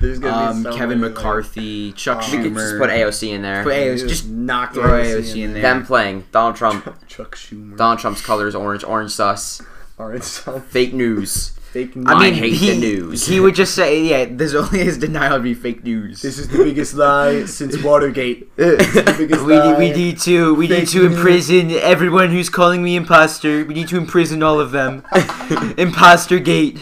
There's gonna be
um,
so
Kevin
many, like-
McCarthy, Chuck
Um,
We
Schumer.
could just put AOC in there.
Put A-
You
just
knock
throw AOC in there.
Them playing Donald Trump.
Chuck Schumer.
Donald Trump's colors orange, orange sus,
Or it's some
fake news.
fake news.
I mean- hate the news.
He would just say, "Yeah, this only his denial would be fake news."
this is the biggest lie since Watergate. the biggest
we,
lie.
we need to we
Fake
need to
news.
imprison everyone who's calling me imposter. We need to imprison all of them. imposter gate.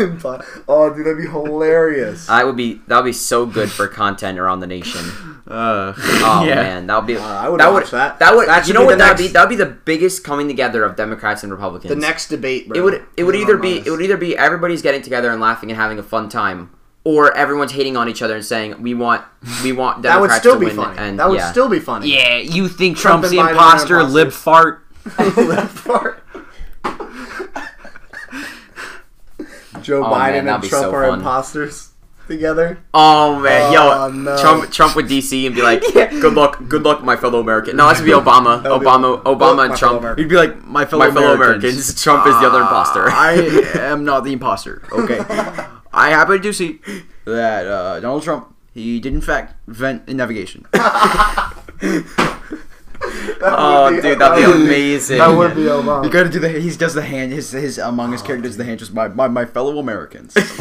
oh, dude, that'd be hilarious.
I would be that would be so good for content around the nation.
Uh,
Oh
yeah.
man, that would be
Uh, I would
that
watch
would
that.
that would
That
you
should
know
be
what
the
that would be
next-
that would be the biggest coming together of Democrats and Republicans.
the next debate, bro.
it would it would
Being
either be
honest.
it would either be everybody's getting together and laughing and having a fun time, or everyone's hating on each other and saying we want we want
that would
Democrats
still
to
be
win.
funny.
And
that would
yeah.
still be funny.
Yeah, you think
Trump
Trump's
and
the
Biden are
imposter? Lip
imposters.
fart.
Left part. Joe
Oh, man,
Biden
that'd
and
be
Trump
so
are
fun.
imposters together.
Oh man,
Oh,
yo,
no.
Trump Trump with DC and be like, good luck, good luck, my fellow American. No, that should be Obama,
That would be-
Obama,
my
Obama and
fellow
Trump.
American.
You'd be like my fellow Uh,
My fellow Americans, Trump is the
Ah,
other imposter.
I am not the imposter. Okay, I happen to see that uh, Donald Trump he did in fact vent in navigation.
That
Oh,
would be-
dude, that'd be
would
amazing.
That would be Obama.
You gotta do the. He does the hand. His his among his characters the hand. Just my my, my fellow Americans.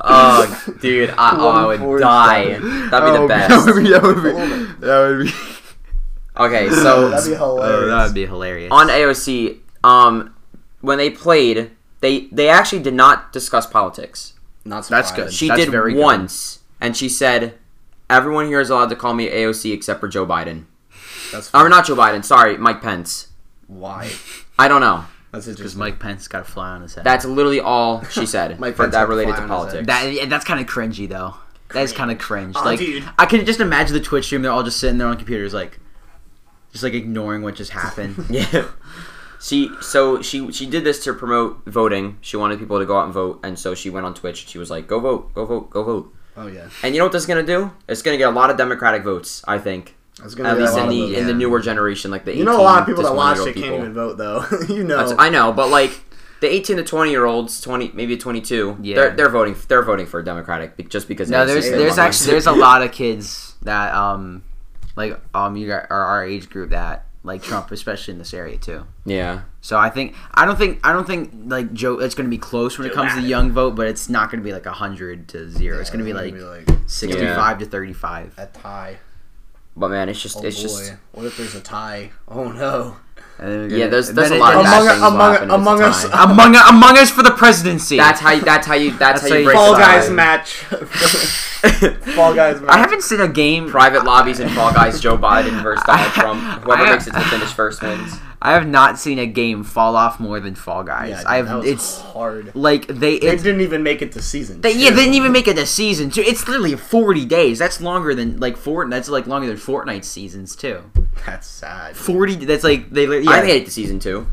Oh, dude, I, oh, I would
One
die.
forty
That'd be the
Oh,
best.
That would be. That would be.
Hold
That would be,
Okay,
That'd be
so
hilarious.
oh, that would be hilarious.
on AOC, um, when they played, they they actually did not discuss politics.
Not
That's
surprised.
good.
She
That's
did
very good.
once, and she said, "Everyone here is allowed to call me AOC except for Joe Biden.
That's
Or not Joe Biden. Sorry, Mike Pence.
why.
I don't know.
That's
because
interesting.
Mike Pence got a fly on his head.
That's literally all she said.
Mike
for
Pence
that
had
related
fly
to
on his
politics.
head.
That yeah, that's kind of cringy though. That is kind of cringe. Oh,
Aw,
like
Oh, dude.
I can just imagine the Twitch stream. They're all just sitting there on computers, like just like ignoring what just happened.
Yeah. She so she she did this to promote voting. She wanted people to go out and vote, and so she went on Twitch. She was like, "Go vote, go vote, go vote."
Oh yeah.
And you know what that's gonna do? It's gonna get a lot of Democratic votes, I think.
That's
At
be a
least
lot
in
of
the
votes.
in the
yeah.
newer generation, like the
You know, a lot of people
18 to
that watch
20
it
people.
can't even vote though. you know.
That's- I know, but like the eighteen to twenty year olds, twenty maybe twenty two,
Yeah.
they're they're voting they're voting for Democratic be- just because.
no,
AOC
there's
is
there's
one.
actually there's a lot of kids that um like um you got are our age group that like Trump, especially in this area too.
yeah.
So I think I don't think I don't think like Joe. It's gonna be close when it comes to
Biden.
young vote, but it's not gonna be like hundred to zero. it's gonna be like sixty-five to thirty-five.
a tie.
But man, it's just
Oh
it's
boy.
just
what if there's a tie? Oh no.
And then we're
Yeah, there's-
and
there's
then it-
a lot
then-
of bad
Among-
things will
among-
happen. It's a
among us- uh,
tie.
among among us for the presidency.
That's how you, that's how you that's, how you break
Fall
the
Guys
tie.
match. Fall Guys match.
I haven't seen a game.
private lobbies and Fall Guys, Joe Biden versus Donald Trump. Whoever
I-
makes it to the finish first wins.
I have not seen a game fall off more than Fall Guys.
dude,
I
that
have.
was
It's
hard.
like they.
They
It's,
didn't even make it to season.
they,
two.
yeah, they didn't even make it a season too. It's literally forty days. That's longer than like Fortnite. That's like longer than Fortnite seasons too.
That's sad. dude.
Forty. That's like they. li- Yeah,
I made it to season two.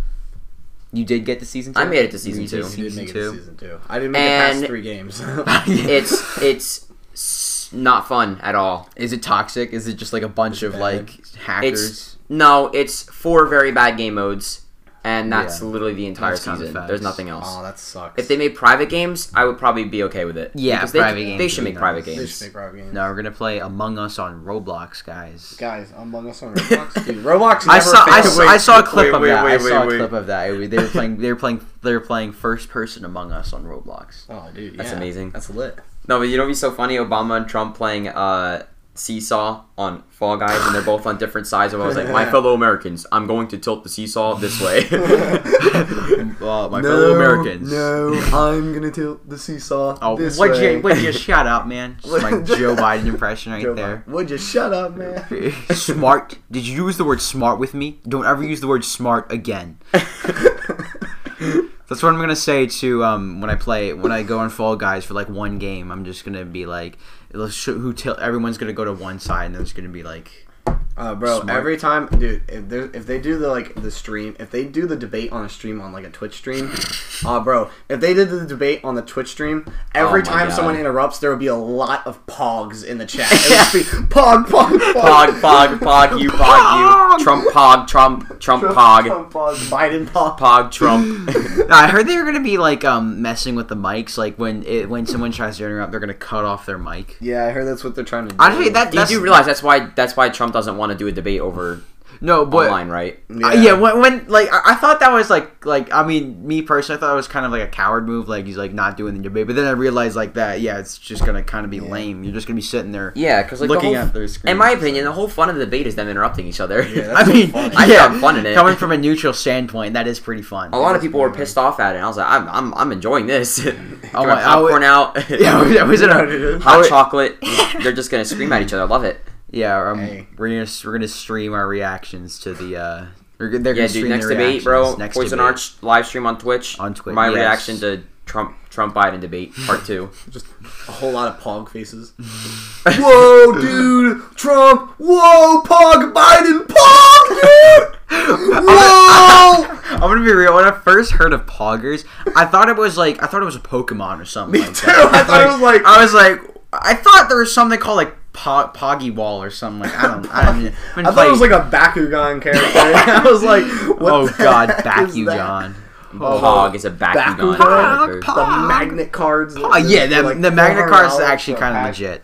you did get to season. two?
I made it to season
You
two.
did
You didn't make it to
season
season two. I didn't make it past
And-
three games.
two.
It's it's s- not fun at all.
Is it toxic? Is it just like a bunch of
bad.
like hackers?
No, it's four very bad game modes, and that's
Yeah.
literally the entire
That's kinda
season.
facts.
There's nothing else.
oh, that sucks.
if they made private games, I would probably be okay with it.
Yeah,
Because they,
private
they
games
should
would be
make private
nice.
they
games.
should make private games.
no, we're gonna play Among Us on Roblox, guys.
Guys, Among Us on Roblox. Dude, Roblox. Never
I saw, I,
fails.
saw, I saw a clip
wait,
of
wait,
that. I
wait,
saw
wait,
a
wait.
clip of that. It- They were playing. They were playing. They were playing first person Among Us on Roblox.
Oh, dude,
That's
yeah.
amazing.
That's lit.
No, but you know what'd be so funny? Obama and Trump playing uh, seesaw on Fall Guys, and they're both on different sides. And I was like, my fellow Americans, I'm going to tilt the seesaw this way.
Uh, my fellow Americans.
I'm gonna tilt the seesaw.
Oh, would you, would you shut up, man? Just my Joe Biden impression right there.
Would you shut up, man?
smart. Did you use the word smart with me? Don't ever use the word smart again. That's what I'm gonna say to um when I play when I go on Fall Guys for like one game. I'm just gonna be like, let's show, who till everyone's gonna go to one side and there's gonna be like
Uh, bro,
Smart.
every time, dude, if, there- if they do the like the stream, if they do the debate on a stream on like a Twitch stream, uh, bro, if they did the debate on the Twitch stream, every
Oh my
time
God.
someone interrupts, there would be a lot of pogs in the chat. It would just be pog, pog, pog,
Pog, pog, pog, you, pog, you. Trump, pog, Trump, Trump, pog,
Trump, pog, Biden, pog.
pog, Trump.
No, I heard they were gonna be like um messing with the mics, like when it when someone tries to interrupt, they're gonna cut off their mic.
Yeah, I heard that's what they're trying to do.
Actually, that
you
that's,
do realize that's why that's why Trump doesn't want to do a debate over
no, but
online, right?
Uh, yeah, when, when like I, I thought that was like like I mean me personally I thought it was kind of like a coward move like he's like not doing the debate but then I realized like that yeah it's just gonna kind of be lame you're just gonna be sitting there
Yeah, because like
looking
the whole,
at their screen
in my opinion, the whole fun of the debate is them interrupting each other.
Yeah, that's
I mean
funny.
I
yeah
found fun in it.
coming from a neutral standpoint that is pretty fun
a
oh
lot of people were pissed off at it. and I was like, I'm, I'm, I'm enjoying this. Throw
my-
my
I would-
popcorn out.
yeah uh, was- was it a,
hot
I would-
chocolate. They're just gonna scream at each other. I love it.
yeah um,
Hey.
we're gonna we're gonna stream our reactions to the uh they're, gonna- they're
Yeah,
gonna
dude.
stream
Next
their reactions.
debate, bro.
next
Poison
debate.
Arch live stream on Twitch.
On Twitch,
My
yes.
reaction to Trump Trump Biden debate part two.
A whole lot of pog faces. Whoa, dude! Trump! Whoa, pog! Biden! Pog, dude! Whoa!
I'm gonna be real. When I first heard of Poggers, I thought it was like I thought it was a Pokemon or something.
Me
like
too.
that.
I thought it was like-
I was like I thought there was something called like po- Poggy Wall or something. Like I don't. I, don't, I
I thought it was like a Bakugan character. I was like, what
oh
the
god,
heck
back
is
you,
that?
John.
Oh,
Pog is a Bakugan.
Bakugan.
character.
Pog.
The magnet cards.
Oh yeah, the, the Magna
cards
cards are actually kind of legit.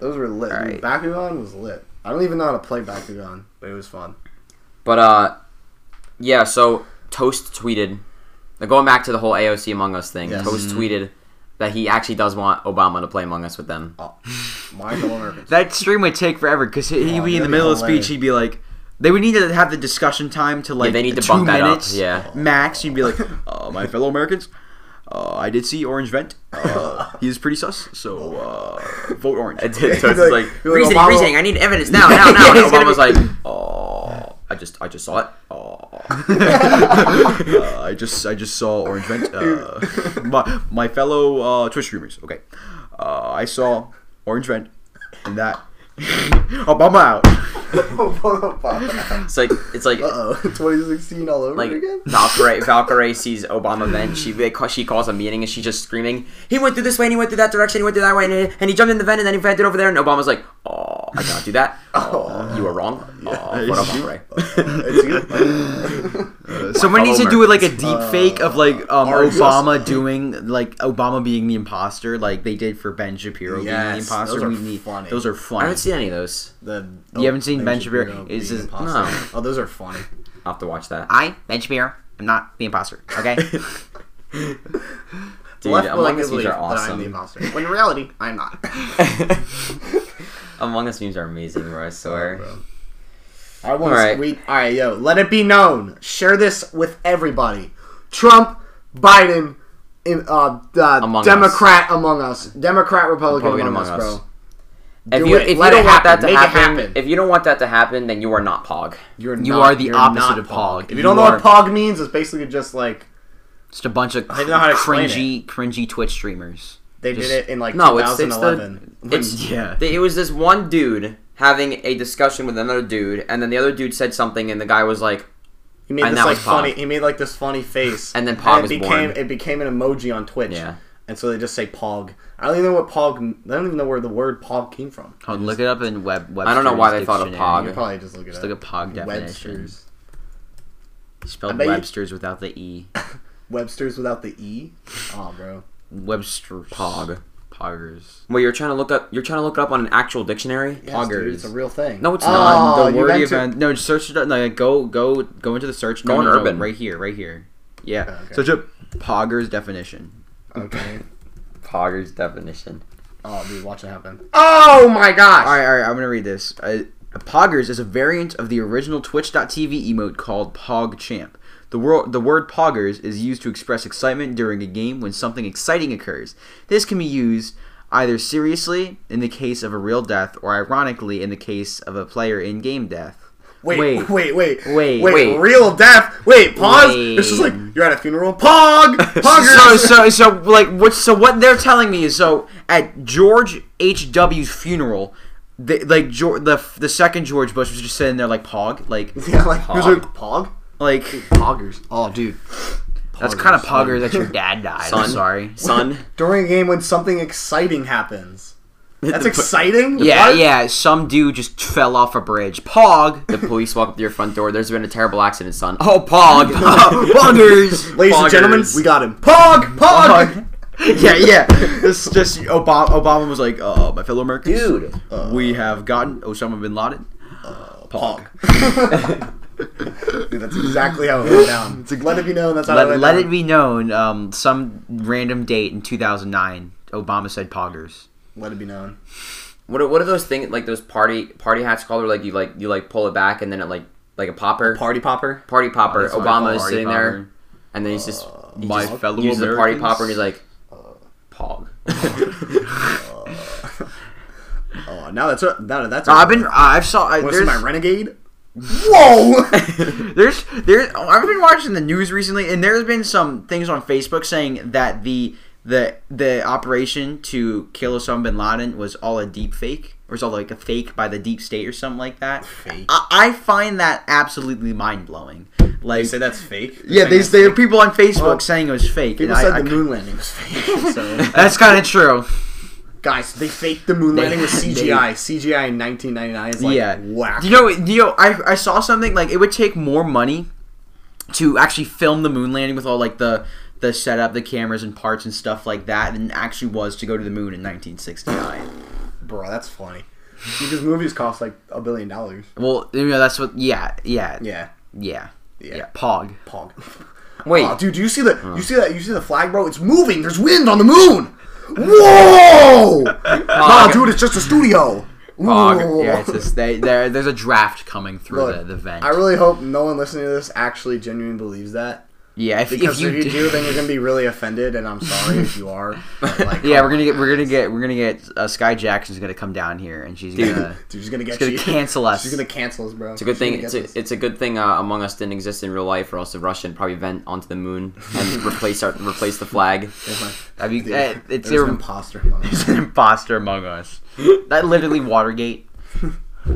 Those were lit. dude.
Alright.
Bakugan was lit. I don't even know how to play Bakugan, but it was fun.
But uh, yeah. So Toast tweeted. Now going back to the whole AOC Among Us thing,
Yes. Mm-hmm.
Toast tweeted that he actually does want Obama to play Among Us with them.
Oh, my whole nervous.
That stream would take forever because he'd
Oh,
be
that'd
in the
be
middle of
hilarious.
speech. He'd be like, they would need to have the discussion time to like
they need to
two
bump that up,
minutes,
yeah.
max. You'd be like, uh, my fellow Americans, uh, I did see Orange Vent. Uh, he is pretty sus, so uh, vote Orange.
And then Toast
He's like-
is like,
he's like, "Oh,
reasoning,
Obama-
reasoning. I need evidence now, now,
Yeah,
now. And
he's gonna
Obama's
be-
like, oh, I just, I just saw it. Oh.
uh, I just I just saw Orange Vent. Uh, my, my fellow uh, Twitch streamers. Okay, uh, I saw Orange Vent, and that Obama out.
it's
It's like, it's like,
Uh oh, 2016 all over
like
again.
Valkyrie, Valkyrie sees Obama vent. She they ca- she calls a meeting and she's just screaming. He went through this way and he went through that direction. He went through that way and he, and he jumped in the vent and then he vented over there. And Obama's like, "Oh, I cannot do that. Oh, you were wrong. Oh, what a Valkyrie."
It's you.
Someone
Hello,
needs to do like a deep fake of like um,
Orange
Obama doing like Obama being the imposter, like they did for Ben Shapiro being the
Yes,
imposter.
those are
We need-
funny.
Those are
I
funny.
haven't seen any of those.
the, oh,
You haven't seen Ben Shapiro? It's
being
just-
imposter.
no.
Oh, those are funny.
I'll have to watch that.
I Ben Shapiro. I'm not the imposter. Okay.
Dude,
Left will
Among Us
believe
memes are
that I'm the
awesome.
imposter. When in reality, I'm not.
Among Us memes are amazing, bro. I swear.
I want
Alright.
to we all right, yo. Let it be known. Share this with everybody. Trump, Biden, in- uh, uh
Among Us.
Democrat among us, Democrat Republican,
Republican
among,
among
us,
us.
bro.
if
Do
you,
it.
if you
Let
don't
it
want
happen.
that to
Make it
happen,
happen.
if you don't want that to happen, then you are not Pog.
You're
You
not-
are the
you're
opposite
not
of Pog.
If you, don't
You
know
are-
what Pog means, it's basically just like
Just a bunch of
don't know how to explain
cringy, cringy Twitch streamers.
they
Just-
did it in like
No, it's- it's the-
2011. When-
It's
Yeah.
Th- It was this one dude having a discussion with another dude, and then the other dude said something, and the guy was like,
he made
and
this
that
like
was Pog.
funny. He made like this funny face,
And then Pog
it
was
became
born.
it became an emoji on Twitch.
Yeah.
And so they just say Pog. I don't even know what Pog. I don't even know where the word Pog came from.
Hold on, look it up in web.
I don't know why they
Webster's
thought of
You could
dictionary.
probably just look it
Just
up.
look at Pog definition.
Webster's. I
Spelled
bet you-
Webster's without the e.
Webster's without the e. Oh, bro.
Webster's
Pog.
Poggers.
"Well, you're trying to look up. You're trying to look it up on an actual dictionary."
Yes, dude, it's a real thing.
No, it's not.
Oh,
the
you
word
went to-
event. No, just search it. up. Like, go, go, go into the search.
Go
no,
on
no, no,
urban.
right here, right here. Yeah.
Okay.
Search up Poggers definition.
Okay.
Pogger's definition.
Oh, dude, watch it happen. Oh my gosh.
All right, all right. I'm gonna read this. Uh, Poggers is a variant of the original Twitch.tv emote called Pog Champ. The, wor- the word poggers is used to express excitement during a game when something exciting occurs. This can be used either seriously in the case of a real death or ironically in the case of a player in game death.
Wait, wait, wait, wait,
wait,
wait.
Real death. Wait, pause.
Wait.
It's just like you're at a funeral. Pog.
so
Poggers.
so so like what so what they're telling me is so at George H.W.'s funeral They, like George, the the second George Bush was just sitting there like pog, like
Yeah, like he was
Pog.
like pog,
like
poggers. Oh, dude,
that's kind of
Son.
poggers that your dad died.
Son.
I'm sorry.
son.
During a game when something exciting happens. That's
The-
exciting.
Yeah,
What?
yeah. Some dude just fell off a bridge. Pog.
The police walk up to your front door. There's been a terrible accident, son. Oh, pog.
Poggers.
Ladies and gentlemen, we got him. Pog, pog.
Pog. yeah, yeah. It's just Obama. Obama was like, "Uh, my fellow Americans, uh,
Dude.
we have gotten Osama bin Laden."
Uh,
Pog.
Dude, that's exactly how it went down. Let it be known. That's how it
Let,
went
let
down.
it be known. Um, some random date in 2009, Obama said poggers.
Let it be known.
What are, what are those things like those party party hats called? Where like you like you like pull it back and then it like like a popper
Party popper.
party popper.
That's what I call
Obama is
party
sitting
popper.
there, and then he's just he
my
just
fellow
uses the party
Americans.
popper and he's like, pog.
Oh, now that's what. Now that's.
I've been. I've saw. I,
Want to see
there's,
my renegade? Whoa!
there's there's oh, I've been watching the news recently and there's been some things on Facebook saying that the the the operation to kill Osama bin Laden was all a deep fake or was all like a fake by the deep state or something like that.
Fake.
I, I find that absolutely mind blowing. Like
they say that's fake.
yeah, they there are people on Facebook
Well,
saying it was fake.
People
and I-
said
I
the
c-
moon landing was fake. So
that's kind of true.
guys, they faked the moon
They-
landing with
they-
CGI. CGI in 1999 is like
yeah.
whack.
You know, you know, I I saw something like it would take more money to actually film the moon landing with all like the the setup, the cameras and parts and stuff like that than it actually was to go to the moon in 1969.
bro, that's funny. Because movies cost like a billion dollars.
well, you know, that's what. Yeah, yeah, yeah,
Yeah,
yeah.
yeah.
Pog.
Pog.
Wait,
Aw, dude, do you see the? You see that? You see the flag, bro? It's moving. There's wind on the moon. Whoa! nah, dude, it's just a studio.
Pog.
Ooh.
Yeah, it's just, they, there. There's a draft coming through
Look,
the, the vent.
I really hope no one listening to this actually genuinely believes that.
yeah, if,
Because
if you,
if you do, then you're gonna be really offended, and I'm sorry if you are. but, Like,
yeah, we're gonna get we're gonna get we're gonna get uh, Sky Jackson's gonna come down here and she's gonna
Dude, she's gonna get
she's gonna
you.
cancel us.
She's gonna cancel us, bro.
It's a good thing. It's a, it's a good thing uh, Among Us didn't exist in real life, or else the Russian probably vent onto the moon and replace our replace the flag.
I mean, eh, it's
an
irre-
imposter. among us.
It's an imposter among us. That literally Watergate.
you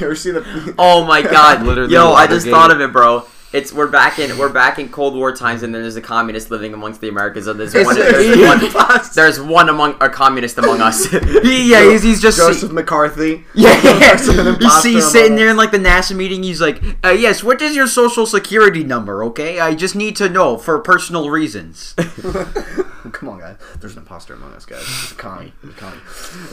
ever see the?
Oh my god!
Literally
Yo, I just
Watergate.
thought of it, bro. It's we're back in we're back in Cold War times, and then there's a communist living amongst the Americans. And there's one, there's
an
one,
imposter.
there's one among a communist among us.
He- yeah, he's, he's just.
Joseph McCarthy.
yeah, yeah.
Joseph an
you
imposter
see, he's sitting
among
there
us.
in like the NASA meeting. He's like, uh, "Yes, what is your social security number? Okay, I just need to know for personal reasons."
Come on, guys. There's an imposter among us, guys. It's a commie. It's a commie.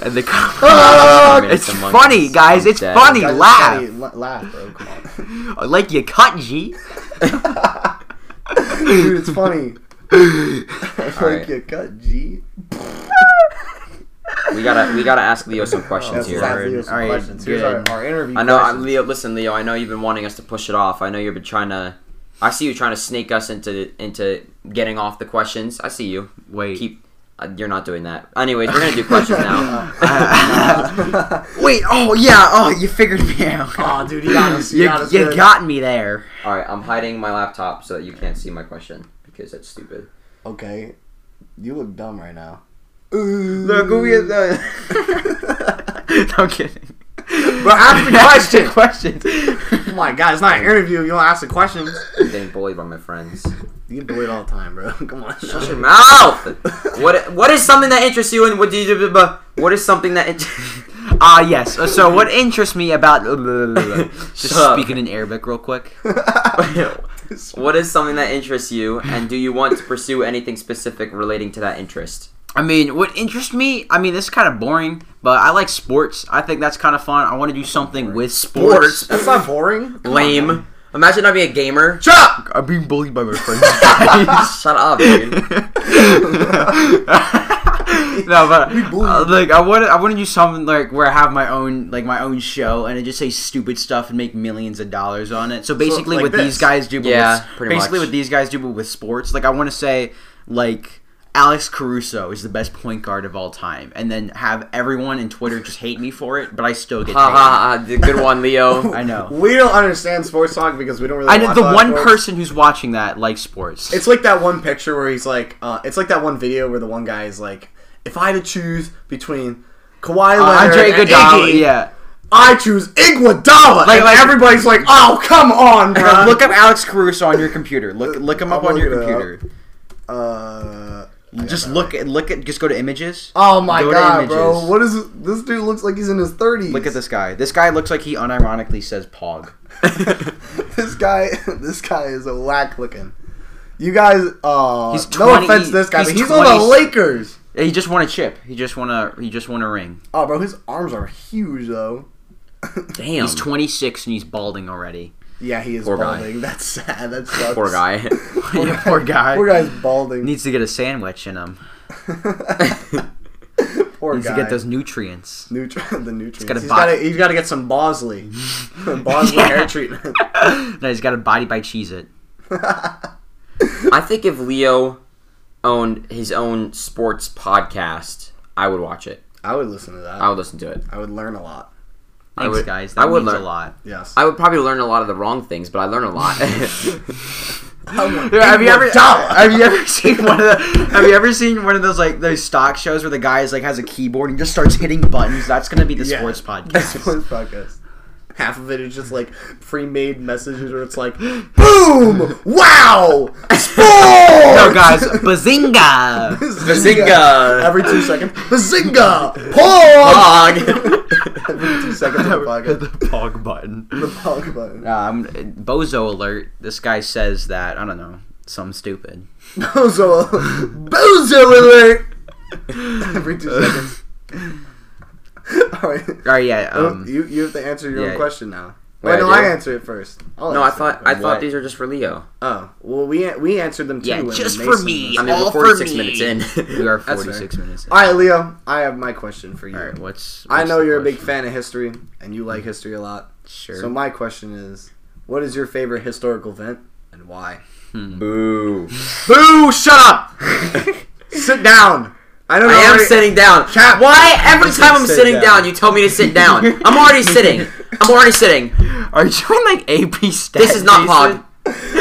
and the
Communist
it's
among
funny,
us.
guys.
I'm
It's
dead.
funny.
Guys,
laugh,
it's funny. La- laugh, bro. Come on.
like you cut G.
Dude, it's funny. like
Alright.
you cut G.
We gotta we gotta ask Leo some questions
That's
here.
exactly Leo's
Alright,
questions. Here's our,
good.
our interview.
I know, I,
questions.
Leo. Listen, Leo. I know you've been wanting us to push it off. I know you've been trying to. I see you trying to snake us into into getting off the questions. I see you.
Wait,
Keep. Uh, you're not doing that. Anyways, we're gonna do questions now.
wait. Oh yeah. Oh, you figured me out.
Aw, dude, you got us. You,
you,
got us.
you
good.
got me there.
All right, I'm hiding my laptop so that you can't see my question because that's stupid.
Okay. You look dumb right now.
Look, who we no, I'm kidding.
But ask the question.
questions.
Come on, guys. It's not an interview. You don't ask the questions.
I'm getting bullied by my friends.
You can do it all the time, bro. Come on.
Shut your mouth. What What is something that interests you in what do you do? but What is something that? int-
Ah, yes. Uh, So, what interests me about just
Shut up.
speaking in Arabic real quick?
what is something that interests you, and do you want to pursue anything specific relating to that interest?
I mean, what interests me? I mean, this is kind of boring, but I like sports. I think that's kind of fun. I want to do something with sports.
That's not boring.
Lame. Imagine not being a gamer.
Shut up.
I'm being bullied by my friends.
Shut up, dude.
no, but uh, like I want to, I want to do something like where I have my own like my own show and I just say stupid stuff and make millions of dollars on it. So basically,
like
what
this.
these guys do, but
Yeah,
with,
pretty
basically
much.
what these guys do, but with sports. Like I want to say like. Alex Caruso is the best point guard of all time, and then have everyone in Twitter just hate me for it, but I still get.
Ha
paid.
ha ha. Good one, Leo.
I know.
We don't understand sports talk because we don't really.
I know
watch
the
a lot of
one
sports.
person who's watching that likes sports.
It's like that one picture where he's like, uh, it's like that one video where the one guy is like, if I had to choose between Kawhi Leonard,
Andre
and
Iguodala.
Iggy,
Yeah.
I choose Iguodala.
Like-
and
like-
everybody's like, oh, come on, bro.
look up Alex Caruso on your computer. Look look him up
I'm
on your
looking it up.
computer.
Uh,
Just look at look at just go to images.
oh my
Go to
god, bro.
images.
What is this dude? Looks like he's in his thirties.
Look at this guy. This guy looks like he unironically says pog.
This guy, this guy is a whack looking. You guys, uh,
He's
no
20
offense to this guy,
he's
but he's on the
20
Lakers.
Yeah, He just won a chip. He just won a he just won a ring.
Oh, bro, his arms are huge though.
Damn.
He's 26 and he's balding already.
Yeah, he is
Poor guy.
balding. That's sad. That sucks.
Poor guy.
Yeah, poor guy.
Poor guy's balding.
Needs to get a sandwich in him.
Poor
Needs
guy.
to get those nutrients.
Nutri- the nutrients. He's
gotta
gotta
buy-
he's got to get some Bosley, Bosley hair treatment.
no, he's got a body by cheese it.
I think if Leo owned his own sports podcast, I would watch it.
I would listen to that.
I would listen to it.
I would learn a lot.
I
Thanks
would-
guys. That
I would
means
learn.
a lot.
Yes.
I would probably learn a lot of the wrong things, but I learn a lot.
Yeah, have you ever
Dollar.
have you ever seen one of the have you ever seen one of those like those stock shows where the guy is like has a keyboard and just starts hitting buttons? That's gonna be the
Yeah.
sports podcast.
Sports podcast. Half of it is just like pre-made messages where it's like, boom, wow, sports.
no guys, bazinga!
Bazinga!
Every two seconds, bazinga, pog. Every two seconds of the
the
podcast,
pog button.
the pog button.
Um, bozo alert! This guy says that I don't know, some stupid.
Bozo, bozo alert. Every two seconds. All right.
All right, yeah. Um,
you you have to answer your
yeah.
own question now.
Wait,
Wait, no,
I
I
do?
answer it first. I'll
no, I
answer it
thought
first.
I thought
What?
these are just for Leo.
Oh well, we we answered them too.
Yeah,
when
just
Mason
for me.
was-
I mean,
All
we're
for
46
me.
minutes in.
we are
That's fair.
forty-six minutes. In.
All right, Leo, I have my question for you.
All right, what's,
I
what's
know
the
you're a big
question?
fan of history and you like history a lot.
Sure.
So my question is, what is your favorite historical event and why?
Boo.
Boo! Shut up. Sit down. I don't know.
I am
already-
sitting down.
Cap,
Why every
just
time I'm
sit
sitting down.
down.
you tell me to sit down? I'm already sitting. I'm already sitting.
are you in like AP stats?
This is not
Jason?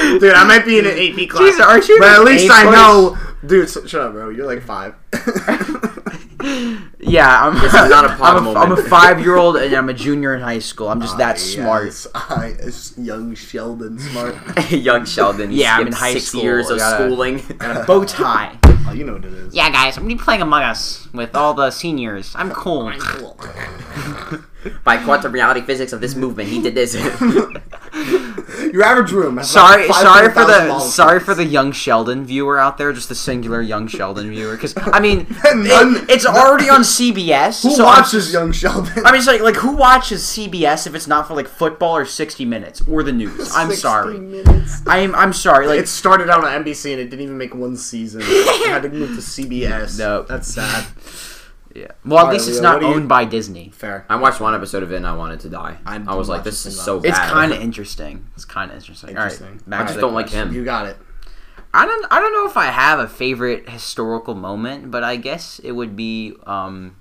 pog.
dude. I might be in an AP class.
Jesus, aren't you?
But at least
I
I know, dude. s shut up, bro. You're like five.
Yeah, I'm
This is not a pod
I'm a,
moment.
I'm a five-year-old and I'm a junior in high school. I'm just that smart.
Ah, Yes, I is young Sheldon smart.
Young Sheldon.
Yeah, I'm
skipped
in high
six
school.
years of
Gotta-
schooling.
Bow tie.
Oh, you know what it is.
Yeah, guys, I'm gonna be playing Among Us with all the seniors. I'm cool.
By quantum reality physics of this movement, he did this.
Your average room. has about
Sorry, sorry
500,000
for the
molecules.
sorry for the young Sheldon viewer out there, just the singular young Sheldon viewer. Because I mean,
None-
it- it's already on CBS.
Who
so I'm-
watches Young Sheldon?
I mean, it's like like who watches CBS if it's not for like football or 60 Minutes or the news? I'm
60
sorry.
minutes.
I'm I'm sorry. Like
It started out on NBC and it didn't even make one season. it had to move to CBS.
No.
that's sad.
yeah. Well, at
Alright,
least it's
Leo, what
not
do you-
owned by Disney.
Fair.
I watched one episode of it and I wanted to die. i
I do
was like,
watch
this
this
is
thing a
so
lot.
bad.
It's kind of interesting. It's kind of interesting. All
Interesting.
right, back
I
to
just
the
don't like
question.
him.
You got it.
I don't. I don't know if I have a favorite historical moment, but I guess it would be. Um,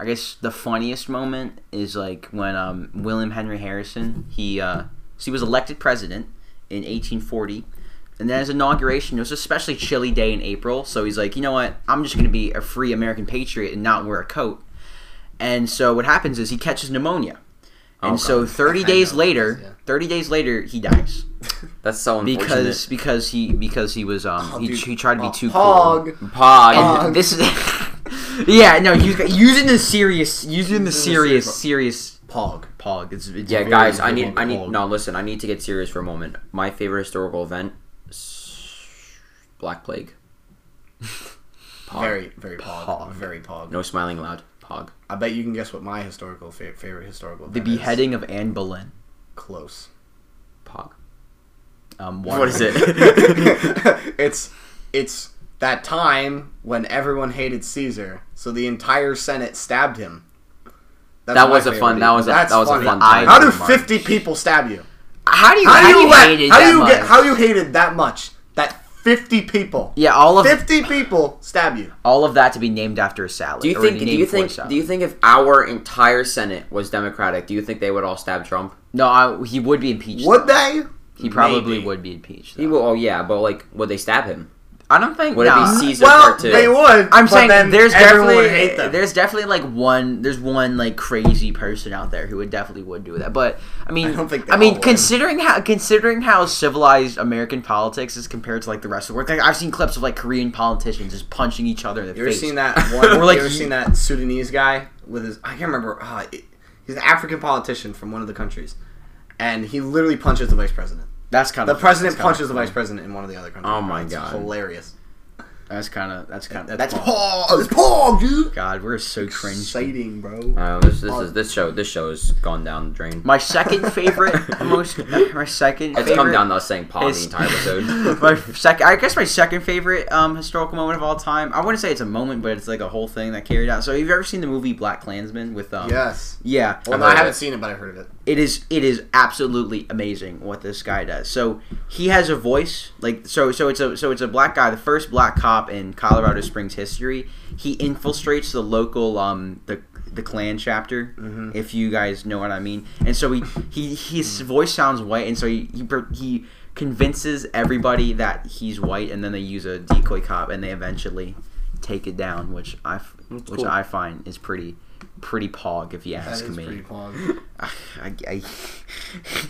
I guess the funniest moment is like when um, William Henry Harrison he uh, so he was elected president in 1840, and then his inauguration it was an especially chilly day in April. So he's like, you know what? I'm just gonna be a free American patriot and not wear a coat. And so what happens is he catches pneumonia, and
Oh,
so
God.
30
I
days
know.
later,
Yeah.
30 days later he dies
That's so unfortunate.
because because he because he was um
Oh,
he,
dude.
he tried to be
Oh,
too cool.
Pog.
Pog.
Pog.
And this is yeah no you using the serious using the
Using the serious-
serious serious
Pog.
pog. It's, it's
yeah,
very
guys, I
difficult
need, I need.
pog.
No, listen, I need to get serious for a moment. My favorite historical event, s- Black Plague. Pog.
Very, very pog.
Pog.
Very pog.
No smiling allowed. Pog.
I bet you can guess what my historical fa- favorite historical.
the
event is.
beheading of Anne Boleyn.
Close.
Pog.
Um,
What is it?
it's it's that time when everyone hated Caesar, so the entire Senate stabbed him. That's
That
my
was a fun- that was a-
That's
that was a
funny.
fun
time.
How do
March.
fifty people stab you?
How do you
How, do you,
hate
let,
it
how
that
do you get
much?
how you hated that much that fifty people
yeah all of
fifty people stab you?
all of that to be named after a salad.
Do you
or
think? Do
named
you
for a
think?
salad.
Do you think if our entire Senate was Democratic, do you think they would all stab Trump?
no, I, he would be impeached.
Would
though.
they?
He probably
Maybe.
would be impeached.
He
though.
will. Oh yeah, but like, would they stab him?
I don't think.
Would it be
nah.
Caesar? These are
well,
part two.
they would.
I'm
but
saying
then
there's
everyone
definitely
would hate them.
there's definitely like one there's one like crazy person out there who would definitely would do that. But I mean,
I don't think they
I mean
all would.
considering how considering how civilized American politics is compared to like the rest of the world. Like I've seen clips of like Korean politicians just punching each other in the
You ever
face.
seen that one?
Or, like,
you ever
you-
seen that Sudanese guy with his? I can't remember. Uh, it- he's an African politician from one of the countries, and he literally punches the vice president.
That's kind
The
of
president punches the vice president in one of the other countries.
Oh my
It's
God.
Hilarious.
That's kind of that's kind of
That's Paul. That's Paul, dude.
God, we're so cringe.
Exciting, bro.
Uh, this, this is this show. This show's gone down the drain.
My second favorite, most my second.
it's
favorite,
come down to us saying Paul the
is-
entire episode.
my
Second, I guess my second favorite um, historical moment of all time. I wouldn't say it's a moment, but it's like a whole thing that carried out. So, have you ever seen the movie Black Klansman with um?
Yes.
Yeah,
Well, no,
heard
I
of
haven't
it.
seen it, but I've heard of it.
it is it is absolutely amazing what this guy does. So he has a voice like so so it's a so it's a black guy, the first black cop in Colorado Springs history. He infiltrates the local um the the Klan chapter, if you guys know what I mean. And so he he his voice sounds white, and so he he, per- he convinces everybody that he's white, and then they use a decoy cop, and they eventually take it down, which I f- which
cool.
I find is pretty pretty pog if you ask me. I, I,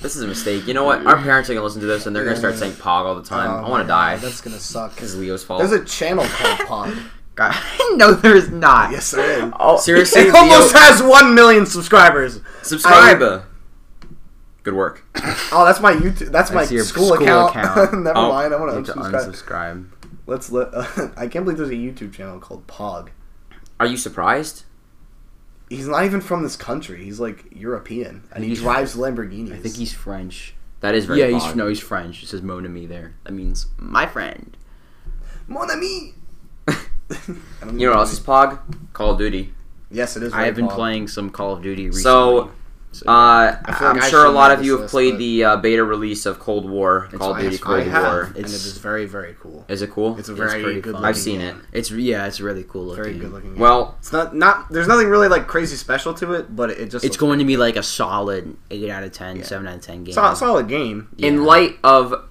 this is a mistake. You know what? Our parents are gonna listen to this and they're gonna start saying Pog all the time. I want to die.
Oh, Um, That's
This
gonna suck.
is Leo's fault.
There's a channel called Pod.
God, no, there's not.
yes, there is.
Oh,
Seriously,
It
Leo,
almost has one million subscribers.
subscribe. Good work.
Oh, that's my YouTube. That's, my
That's your
school,
school
account.
account.
Never
Oh,
mind. I
You
want
have
to
to
unsubscribe.
unsubscribe.
Let's. Let, I can't believe there's a YouTube channel called Pog.
Are you surprised?
He's not even from this country. He's like European, and he
he's-
drives Lamborghinis.
I think he's French.
That is very.
Yeah, he's
Pog.
no, he's French. It says "mon ami" there. That means
my friend.
Mon ami.
You know what else is Pog? Call of Duty.
Yes, it is.
I
very
have been
Pog.
playing some Call of Duty recently.
So,
So,
uh, I'm
I
sure
should
a lot
know
of
this
you have
list,
played
but-
the uh, beta release of Cold War.
It's
Call of
my-
Duty
I
Cold
have,
War.
and it is very very cool.
Is it cool?
It's a
it's
very
pretty
good.
fun.
looking
I've seen it.
game.
it's yeah, it's really cool looking.
Very good looking. Well,
Well,
it's not not. There's nothing really like crazy special to it, but it, it just
It's
looks-
going to be like a solid eight out of 10, seven out of ten game.
It's a solid game.
in
Yeah.
light of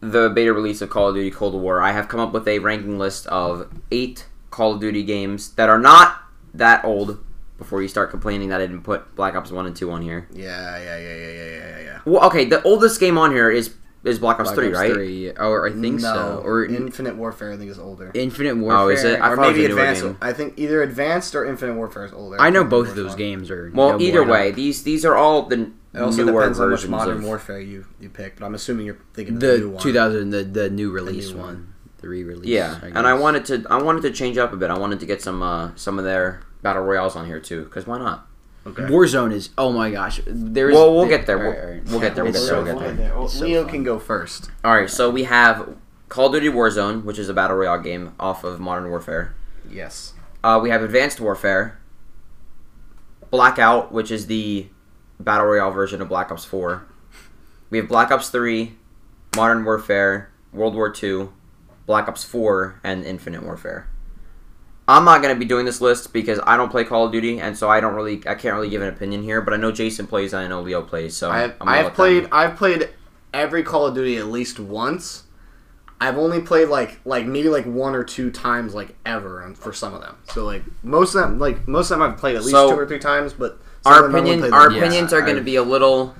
the beta release of Call of Duty Cold War, I have come up with a ranking list of eight Call of Duty games that are not that old. Before you start complaining that I didn't put Black Ops One and Two on here.
Yeah, yeah, yeah, yeah, yeah, yeah, yeah, yeah.
Well, okay, the oldest game on here is is Black Ops
Black
Three,
Ops
right?
Three, or I think so,
no,
or
Infinite Warfare. I think is older.
Infinite Warfare.
Oh, is it? I
or
thought it was
maybe
a
Maybe
newer
advanced.
game.
I think either advanced or Infinite Warfare is older.
I know
Infinite
both of
Warfare's
those
not.
games are.
Well,
no
either
bueno.
way, these these are all the n-
It also
newer
depends on which
versions
modern
of.
warfare you, you picked, but I'm assuming you're thinking the, new
the
one.
2000, the the new release
new
one.
one.
the re-release.
Yeah, and
guess.
I wanted to I wanted to change up a bit. I wanted to get some uh, some of their battle royales on here too, because why not?
Okay.
Warzone is oh my gosh. There is
Well, we'll get there.
all
We'll-
all
we'll get there, we'll
It's
get
so
there, we'll get
fun.
there.
Well,
It's so
Leo
fun.
can go first.
All right, so we have Call of Duty Warzone, which is a battle royale game off of Modern Warfare.
Yes.
Uh, we have Advanced Warfare, Blackout, which is the battle royale version of Black Ops Four. We have Black Ops Three, Modern Warfare, World War Two, Black Ops Four, and Infinite Warfare. I'm not gonna be doing this list because I don't play Call of Duty, and so I don't really, I can't really give an opinion here. But I know Jason plays, and I know Leo plays, so
I have,
I'm gonna
I
let
have
them-
played I've played every Call of Duty at least once. I've only played like like maybe like one or two times like ever and for some of them. So like most of them like most of them I've played at least
So,
two or three times, but some
our
of them I've only
opinion,
played
our
once.
Yeah,
opinions are going to
I've-
be a little,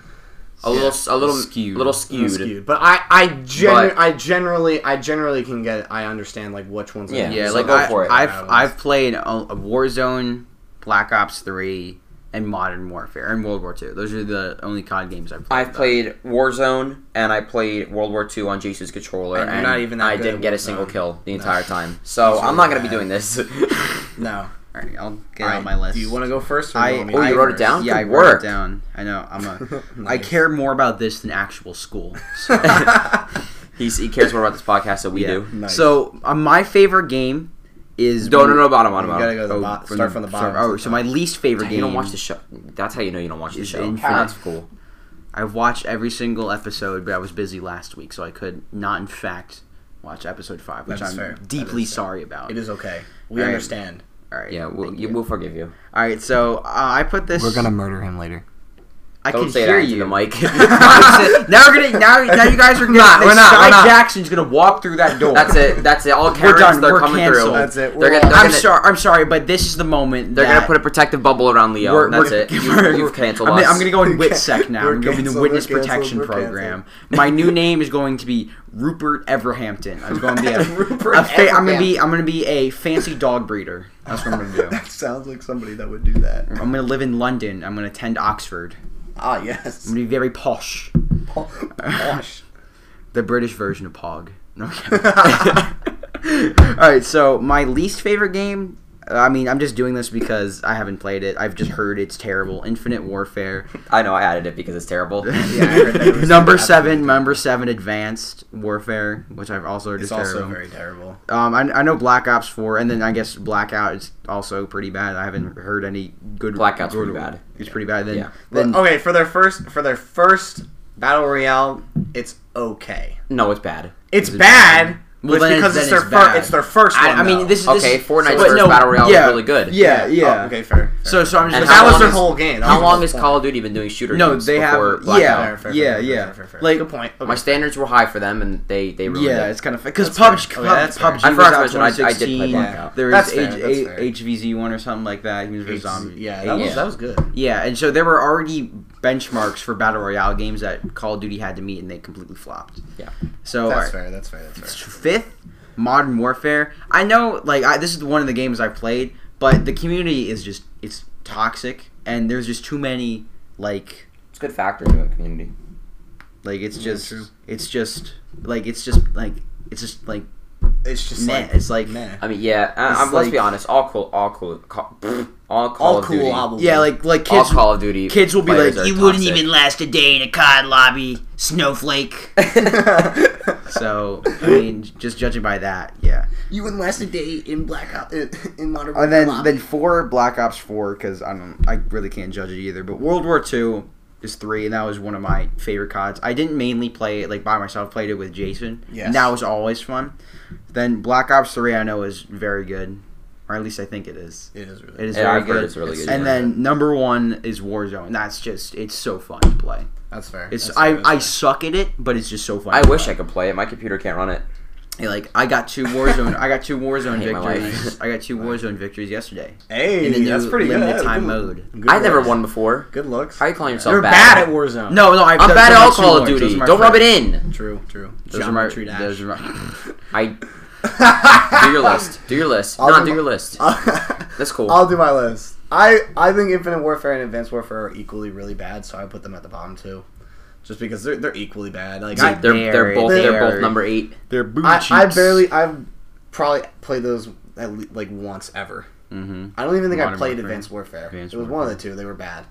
a little, a little
skewed.
skewed, little
I'm
skewed.
skewed. But I I, genu-
But-
I generally I generally can get it. I understand like which ones. I
Yeah.
need.
Yeah,
So
like
go
I,
for it.
I've
Yeah,
I've played uh, Warzone, Black Ops Three, and Modern Warfare and World War Two. Those are the only COD games I've played.
I've played Warzone and I played World War II on Jason's controller,
And
and,
you're not even that
I
good
didn't
at
get a
Warzone.
single kill the entire time. So I'm not going to be doing this.
no.
All right, I'll get
Alright,
on my list.
Do you want to go first? Or
I-
you want me
oh,
to
you
go
wrote it
first?
down?
Yeah, I
Good
wrote
work.
it down. I know. I'm a. I
Nice.
care more about this than actual school. So.
He's, he cares more about this podcast than we
Yeah.
do.
Nice.
So uh, my favorite game is
No, no, no, bottom, bottom,
You gotta
bottom.
go to the bo- start from the bottom.
start- oh, so my least favorite game.
You don't watch the show. That's how you know you don't watch the
It's
show.
infinite.
That's cool.
I've watched every single episode, but I was busy last week, so I could not, in fact, watch episode five, which
That is
I'm
fair. That
deeply
is fair.
sorry about.
it is okay. We
Alright.
understand.
All right.
Yeah, we'll,
thank
you,
you.
we'll forgive you.
All right. So uh, I put this.
murder him later.
I
Don't
can
say
hear
that into
you.
the mic.
now we're gonna now now you guys are
We're
gonna
not, we're not,
Sky
we're not.
Jackson's gonna walk through that door.
that's it. That's it. All Karens,
done.
they're
We're
coming
canceled.
through.
That's it.
They're
We're
gonna, they're
I'm
gonna,
sorry. I'm sorry, but this is the moment.
They're gonna
that
put a protective bubble around Leo.
We're-
that's
we're-
it. You, you've canceled
I'm,
us.
I'm gonna go in
We're
WITSEC now. I'm going to the
canceled,
Witness
we're canceled,
Protection
we're
Program. My new name is going to be Rupert Everhampton. I'm going to be a,
Rupert
a fa- I'm gonna be I'm gonna be a fancy dog breeder. That's what I'm gonna do.
that sounds like somebody that would do that.
I'm gonna live in London. I'm gonna attend Oxford.
Ah, yes.
I'm gonna be very posh.
Po- Posh.
The British version of Pog. No, I'm kidding. All right, so my least favorite game. I mean, I'm just doing this because I haven't played it. I've just heard it's terrible. Infinite Warfare.
I know I added it because it's terrible.
I heard that it was
number
absolutely
seven, number seven, Advanced Warfare, which I've also heard
It's
is
also
terrible.
very terrible.
um, I, I know Black Ops Four, and then I guess Blackout is also pretty bad. I haven't heard any good.
Blackout's
good-
pretty bad.
It's pretty bad. Then,
Yeah.
then
okay, for their first for their first battle royale, it's okay.
No, it's bad.
It's
Is it
bad,
Well,
but it's
then-
because
then
it's their
it's
first.
bad.
It's their first one.
I, I mean,
though.
this is this
oh, Okay,
is-
Fortnite's
but
first
no,
battle royale
yeah,
was really good.
Yeah, yeah.
Oh, okay, fair. fair.
So, so I'm just
And
like,
that
how
was
long
their
is-
whole game. That
How
was
long
their
is
whole
Call of Duty been doing shooter
No,
games
they have-
before
yeah.
Blackout?
point. Fair, fair,
Yeah,
fair, fair,
yeah.
fair, fair, fair.
Like-
good point. Okay.
My standards were high for them, and they they ruined
Yeah,
it.
it's kind of because
That's fair.
PUBG,
Okay,
Pub-
that's fair.
PUBG
I
was
forgot
out
to mention, I- I did play
2016.
Blackout.
There
That's
was
fair, that's
H-
fair.
H- HVZ one or something like that. He was a zombie.
Yeah, that was
yeah.
that was good.
Yeah, and so there were already benchmarks for battle royale games that Call of Duty had to meet, and they completely flopped.
Yeah.
So
That's
all right.
fair. That's fair. That's fair.
fifth, Modern Warfare. I know, like I, this is one of the games I've played, but the community is just it's toxic, and there's just too many like
It's a good factor to a community.
like it's
Yeah,
just
true.
it's just like it's just like it's just like
It's just
meh.
like
it's like
meh.
I mean, yeah. I, I'm,
It's
let's
like-
be honest. All cool. All cool. Call, all Call
All
of Duty.
cool album.
yeah, like like
all
kids
Call of Duty.
kids will be like
players are
you wouldn't
toxic."
even last a day in a COD lobby, snowflake. So I mean, just judging by that, yeah.
you wouldn't last a day in Blackout in, in Modern
And Oh, then then four Black Ops four because I don't I really can't judge it either. But World War Two is three, and that was one of my favorite CODs. I didn't mainly play it like by myself. Played it with Jason.
Yes.
And that was always fun. Then Black Ops three I know is very good, or at least I think it is.
it is really.
It is
Yeah,
very
I've heard
good.
it's really good.
and
yeah.
then number one is Warzone. That's just it's so fun to play.
That's fair.
It's
That's
I
fair, that's
I
fair.
suck at it, but it's just so fun.
I
to
wish
play.
I could play it. My computer can't run it.
Hey, like I got two Warzone. I got two Warzone
hate my life.
victories. I got two Warzone victories yesterday.
Hey,
in the
that's
new
pretty good.
limited time
Good-
mode.
good
I never
looks.
won before.
Good looks.
How are you calling yourself
You're
bad?
bad at Warzone.
No, no, I've,
I'm
those
bad
are
at
my
all
two
Call of
ones. Those
Duty.
are my
Don't rub it
friends.
in.
True. True.
Those are my. Those are my.
I do your list. Do your list.
I'll
Not
do
do
my-
your list. That's cool.
I'll do my list. I I think Infinite Warfare and Advanced Warfare are equally really bad, so I put them at the bottom too, just because they're they're equally bad. Like I,
Dude, they're they're
Very,
both they're both
very-
number eight.
They're booty
I, I barely I've probably played those at le- like once ever.
Mm-hmm.
I don't even think I
Modern
played
Warfare.
Advanced Warfare.
Advanced
it was one of the two. They were bad.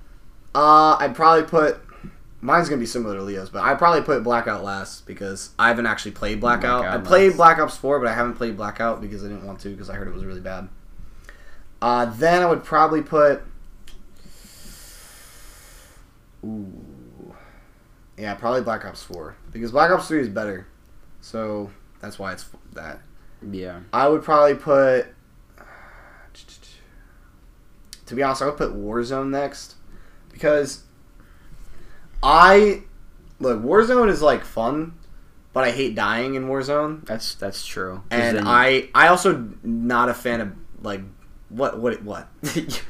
Uh, I'd probably put. Mine's gonna be similar to Leo's, but I probably put Blackout last because I haven't actually played Blackout.
Blackout
I played
last.
Black Ops Four, but I haven't played Blackout because I didn't want to because I heard it was really bad. Uh, then I would probably put. Ooh. Yeah, probably Black Ops Four because Black Ops Three is better, so that's why it's f- that.
Yeah.
I would probably put. To be honest, I would put Warzone next because I look Warzone is like fun, but I hate dying in Warzone,
That's that's true. uh, 'Cause
and
then-
I I also not a fan of like what what what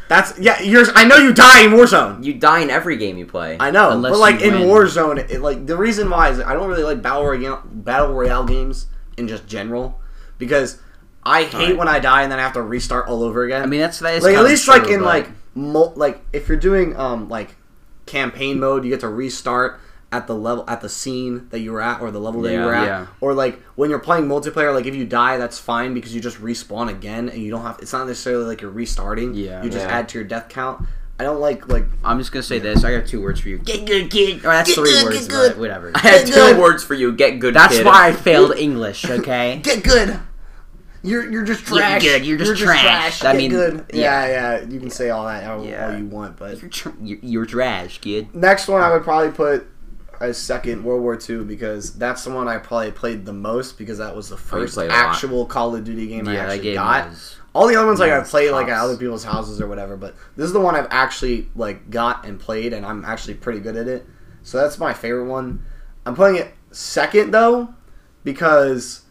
that's yeah yours I know you die in Warzone.
you die in every game you play.
I know,
Unless
but like
you
in
win.
Warzone, it, like the reason why is I don't really like battle royale, battle royale games in just general because I hate
Alright.
when I die and then I have to restart all over again.
I mean that's that is
like at
kinda
least
true,
like in
but-
like mul- like if you're doing um like campaign mode, you get to restart at the level at the scene that you were at or the level that you
Yeah.
were at
Yeah.
or like when you're playing multiplayer like if you die that's fine because you just respawn again and you don't have it's not necessarily like you're restarting
Yeah.
you just
Yeah.
add to your death count i don't like like
I'm just gonna say this. I got two words for you. Get good, kid. Or that's
Get
three
good,
words.
get
but
good.
Whatever.
I had two
Good.
words for you. Get good.
That's
kid.
why I failed English. Okay.
get good. You're you're just
Get
trash.
good. You're just trash. I
Get
mean,
good. Yeah.
yeah.
yeah, You can say all that all,
Yeah.
all you want, but
You're, tr- you're, you're trash, kid.
next one I would probably put as second World War II because that's the one I probably played the most because that was the first
played a lot.
actual Call of Duty game I
yeah, that
actually
game
got.
was
All the other ones like I play like at
tops.
other people's houses or whatever, but this is the one I've actually like got and played, and I'm actually pretty good at it. So that's my favorite one. I'm playing it second though, because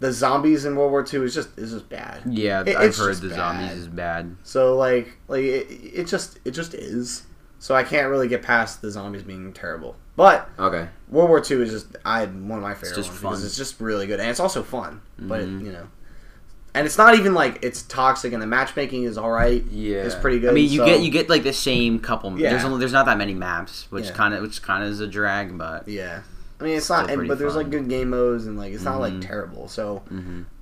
the zombies in World War II is just is just bad.
Yeah,
It-
I've
it's
heard
just
the
bad.
zombies is bad.
So like like it, it just it just is. So I can't really get past the zombies being terrible. But
Okay.
World War II is just I had one of my favorite ones
just fun. Mm-hmm.
because it's just really good and it's also fun. But it, you know, and it's not even like it's toxic and the matchmaking is all right.
Yeah.
it's pretty good.
I mean, you
so-
get you get like the same couple.
Yeah.
There's only, there's not that many maps, which
Yeah.
kind of which kind of is a drag, but
yeah. I mean, it's not,
Still
and,
pretty
but there's
fun.
like good game modes and like it's not
Mm-hmm.
like terrible. So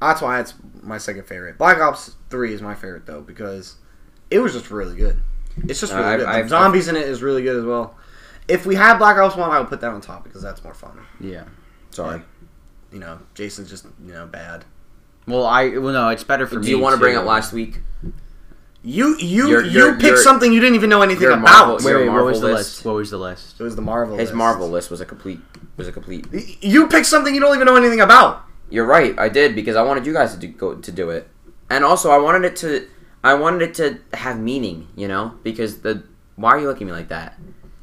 that's why it's my second favorite. Black Ops Three is my favorite though because it was just really good. It's just
Uh,
really
I've-
good. The
I've-
zombies in it is really good as well. If we had Black Ops One, I would put that on top because that's more fun.
yeah.
Sorry.
You know, Jason's just you know bad.
Well, I well no, it's better for me.
Do you want to bring
too.
up last week?
You you
You're-
you
you're-
picked
you're-
something you didn't even know anything
you're
about.
Marvel-
Wait,
your
wait, what was
Marvel
the
list?
list? What was the list?
It was the Marvel.
His
list.
Marvel list was a complete was a complete.
Y- You picked something you don't even know anything about.
You're right. I did because I wanted you guys to do, go to do it, and also I wanted it to I wanted it to have meaning. You know, because the why are you looking at me like that?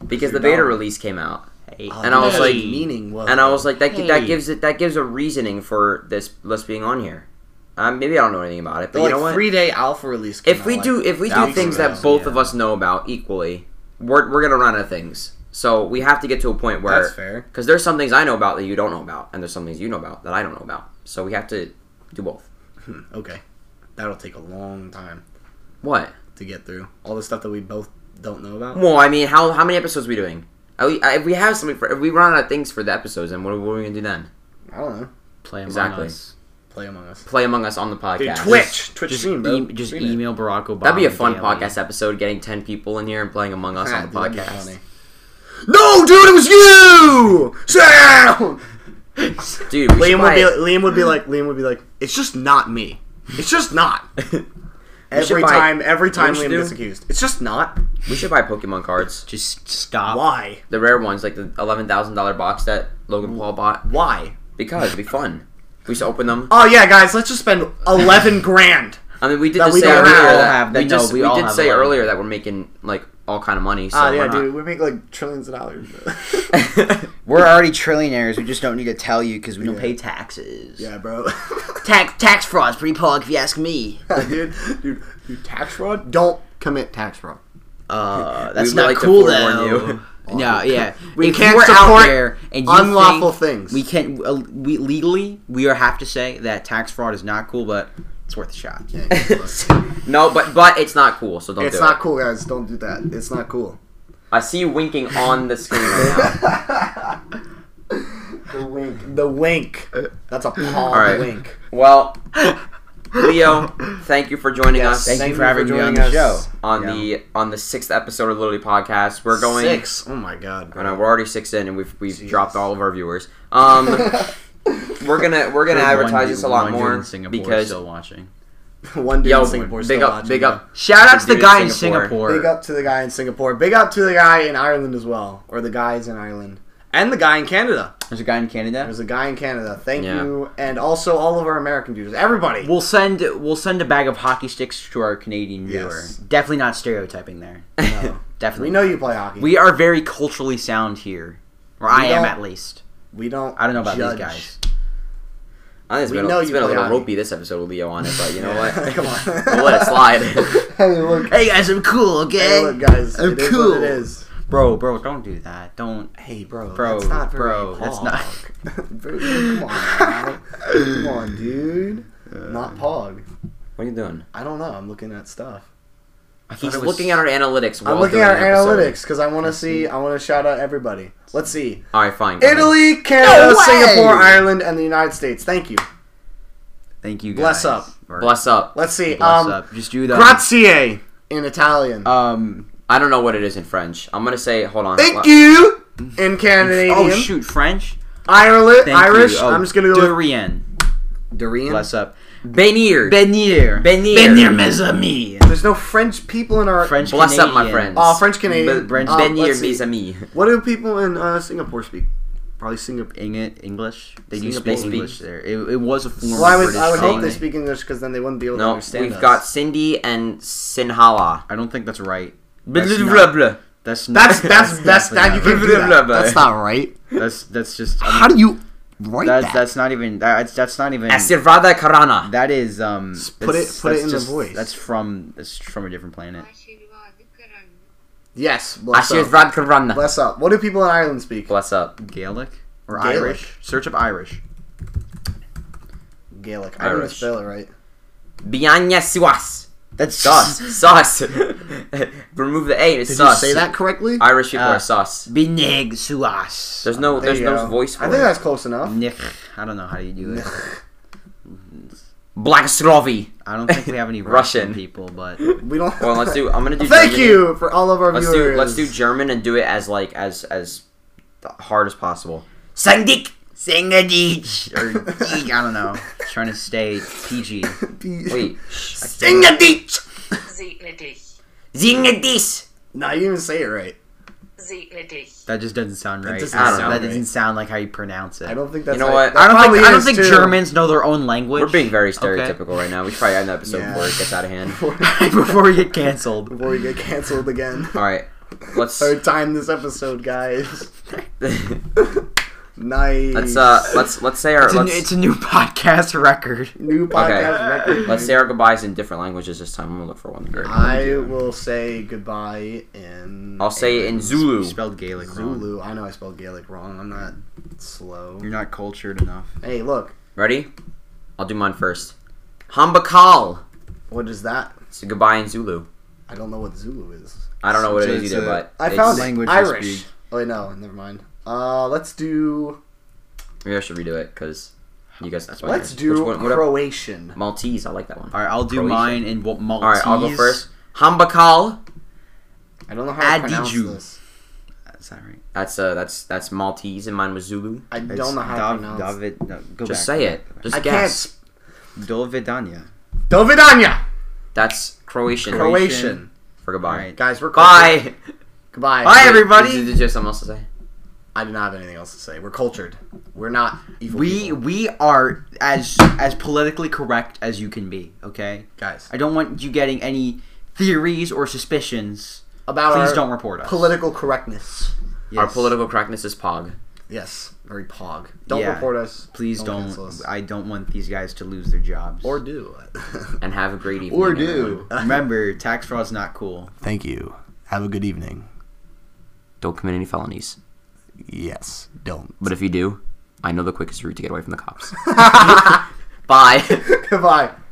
Because the
You're
beta
dumb.
release came out,
Hey.
And I was
Hey.
like-
meaning was.
and I was like, that gi-
Hey.
that gives it that gives a reasoning for this list being on here. Um, maybe I don't know anything about it,
the
but
like
you know what?
three day alpha release. came
if
out,
we
like,
do if we do
thousands
things
of
that
hours.
both of us know about equally, we're we're gonna run out of things. So we have to get to a point where
that's fair.
Because there's some things I know about that you don't know about, and there's some things you know about that I don't know about. So we have to do both.
Hmm, Okay, that'll take a long time
What?
to get through all the stuff that we both don't know about.
Well, I mean, how how many episodes are we doing? Are we, if we have something for, if we run out of things for the episodes, then what are, what are we gonna do then?
I don't know.
Play Among
Exactly.
Us.
Play Among Us.
Play Among Us on the podcast.
Dude, Twitch, Twitch
Just,
stream, bro.
e- just
Stream it.
email Barack Obama.
That'd be a fun
daily.
podcast episode. Getting ten people in here and playing Among Us
Ah,
on
dude,
the
that'd be
podcast.
funny. No, dude, it was you. Sam.
Dude, we should
Liam would
buy
be.
it.
Liam would be like. Liam would be like. It's just not me. It's just not. every
buy-
time. Every time
we should
Liam
do-
gets accused. It's just not.
we should buy Pokemon cards,
Just stop.
Why?
the rare ones, like the eleven thousand dollar box that
Mm.
Logan Paul bought,
Why?
because it'd be fun. We should open them.
Oh yeah, guys, let's just spend eleven grand.
I mean, we did
That
just
we
say
don't
earlier
have.
that,
All have-
we
no,
just
we
we,
all
did
have
say
eleven.
earlier that we're making like all kind of money. So
Ah,
why
yeah,
not?
dude, we make like trillions of dollars.
We're already trillionaires. We just don't need to tell you because we don't
Yeah.
pay taxes.
yeah, bro.
Tax tax fraud's pretty pog if you ask me.
dude, dude, dude, tax fraud. Don't commit tax fraud.
Uh,
We
that's
would
not
like to
cool
forewarn
though. No, yeah.
We
If
can't
you are
support
and you
Unlawful
think
things.
We can uh, we legally we are have to say that tax fraud is not cool, but it's worth a shot.
no, but but it's not cool. So don't.
it's
do
not
It.
cool, guys. Don't do that. It's not cool.
I see you winking on the screen right now.
The wink. The wink. That's a paw
right.
wink.
well, Leo, thank you for joining us
thank you
Thank
for having me on
joining
the
us.
show.
on
Yeah.
the on the sixth episode of Literally Podcast. We're going.
six. Oh my god.
I know we're already six in, and we've we've
Jesus.
dropped all of our viewers. Um, we're gonna we're
There's
gonna
one
advertise
dude-
this a lot
one dude
more
in Singapore
because
still watching.
One dude
yo,
in Singapore
big
still
up,
watching,
big
bro.
up,
Shout out to the
Dude,
guy in
Singapore.
Singapore.
Big up to the guy in Singapore. Big up to the guy in Ireland as well, or the guys in Ireland, and the guy in Canada.
There's a guy in Canada.
There's a guy in Canada. Thank
Yeah.
you, and also all of our American viewers. Everybody.
We'll send we'll send a bag of hockey sticks to our Canadian viewer.
Yes.
Definitely not stereotyping there.
No.
Definitely.
we know
not.
you play hockey. We,
We are very culturally sound here, or I am
don't-
at least.
don't.
I don't know about
judge.
these guys.
I think it's
We
been, a,
know
it's
you
been a
play
little
hockey.
ropey this episode with Leo on it, but you know what?
Come on.
We'll let it slide.
Hey, look.
Hey guys, I'm cool, okay?
Hey, look, guys.
I'm
it is
cool.
what it is.
Bro, bro, don't do that. Don't.
Hey, bro.
Bro,
that's not very
bro,
Pog.
that's not-
Bro, come on, man. come on, dude.
Uh.
Not Pog.
What are you doing?
I don't know. I'm looking at stuff.
He's
it was-
looking at our analytics. While
I'm looking
doing
at our
an episode.
analytics because I want to see. I want to shout out everybody. Let's see.
All right, fine. go ahead.
Italy, Canada,
way!
Singapore, Ireland, and the United States. Thank you.
Thank you.
Bless
Guys.
up.
Or
Bless up.
Let's see.
bless
um,
up. Just do that.
grazie in Italian.
Um.
I don't know what it is in French. I'm gonna say, hold on.
Thank
Let-
you in Canadian.
Oh shoot, French.
Ireland,
Thank
Irish.
You. Oh,
I'm just gonna go with
Durian.
Durian.
Bless up.
Benir.
Benir.
Benir.
Benir, mes amis.
There's no French people in our.
French.
Bless up, my
Canadian.
friends.
Oh, French
Ben-
Canadian.
Benir,
Um, let's see.
mes amis.
What do people in uh, Singapore speak?
probably sing up Eng- English. They do
Singapore
speak
speak.
English there. It, it was a form.
Well, I
of
would,
Mm, British
I would hope
colony.
they speak English because then they wouldn't be able to
No,
understand
we've
us.
got Cindy and Sinhala.
I don't think that's right.
Blah,
That's
blah,
not-
blah, blah.
That's not,
That's that's that's that you can do that. That's not right.
That's that's just. I mean,
How do you write
that's
that?
that's not even. That's that's not even.
Asirvada Karana.
That is um.
put
that's-
it- put it
that's
in the
just-
voice.
That's from that's from a different planet.
આશીર્વાદ કરન
yes, bless up.
Asirvad Karana.
bless up. What do people in Ireland speak?
Bless up.
Gaelic or
Gaelic.
Irish? Search up Irish.
Gaelic. I don't
Irish.
spell it right.
Bianya Suas.
That's
Sus. Sus. Remove the A. It's
Did
sus.
you say that correctly?
Irish people
Uh,
are sus.
Binig suas.
There's no.
There
There's
you
no
go.
voice.
I
For Mm.
think
it.
that's close enough.
Nich. I don't know how you do it.
Black Slovy.
I don't think we have any
Russian.
Russian people, but
We don't.
Well, let's do. I'm gonna do.
Thank
Germany.
you for all of our
Let's
viewers.
do. Let's do German and do it as like as as hard as possible. Sandik. Sangadich.
or I don't know. Trying to stay PG.
P-
Wait.
Singadich.
segne dich
Zingadich.
No, you didn't say it right.
segne dich
That just doesn't sound right.
doesn't
I don't
sound
know. That
right.
doesn't sound like how you pronounce it.
I don't think that's.
You know
right.
what?
That
I don't
probably
think, I don't
is,
think
too.
Germans know their own language.
We're being very
Okay.
stereotypical right now. We should probably end the episode
Yeah.
before it gets out of hand.
before we get canceled.
Before we get canceled again.
All right. Let's.
Third time this episode, guys.
let's
Nice.
uh. Let's let's say our.
It's a,
Let's,
new, it's a new podcast record.
new podcast record.
Let's say our goodbyes in different languages this time. I'm gonna look for one. Great.
I will say goodbye in.
I'll say in Zulu.
You spelled Gaelic wrong.
Zulu. I know I spelled Gaelic wrong. I'm not slow.
You're not cultured enough.
Hey, look.
Ready? I'll do mine first. Hambakal.
What is that?
It's a goodbye in Zulu.
I don't know what Zulu is.
I don't know what it
It's
is
a-
either, but
I
it's-
found
language
language
to
Irish.
speak.
Oh wait, no, never mind. Uh, let's do
Maybe I should redo it because you guys. That's
let's do Croatian.
Maltese. I like that one.
All right, I'll do
Croatian.
mine in what Maltese.
All right, I'll go first. Hambakal.
I don't know how to pronounce
Adiju.
this.
Is that right?
That's uh, that's that's Maltese, and mine was Zulu.
I don't
It's
know how
Dav-
to pronounce.
David, no, go
Just
back,
say
go
it.
back, go
Just
I can't.
guess.
sp-
back. Dovidanya.
Dovidanja.
That's Croatian.
Croatian.
For goodbye.
Alright.
Guys, we're cultured.
Bye.
Goodbye.
Bye,
Wait,
everybody.
Did, did you have something else to say?
I do not have anything else to say. We're cultured. We're not evil.
We
people.
we are as as politically correct as you can be. Okay.
guys
I don't want you getting any theories or suspicions.
about
Please
our
don't report us.
political correctness.
Yes.
Our political correctness is pog.
Yes, very pog. Don't
Yeah.
report us.
Please
Don't
don't.
cancel us.
I don't want these guys to lose their jobs.
Or do.
And have a great evening.
or do.
everyone.
remember, tax fraud's not cool.
Thank you. Have a good evening.
Don't commit any felonies.
Yes. Don't.
But if you do, I know the quickest route to get away from the cops. Bye.
Goodbye.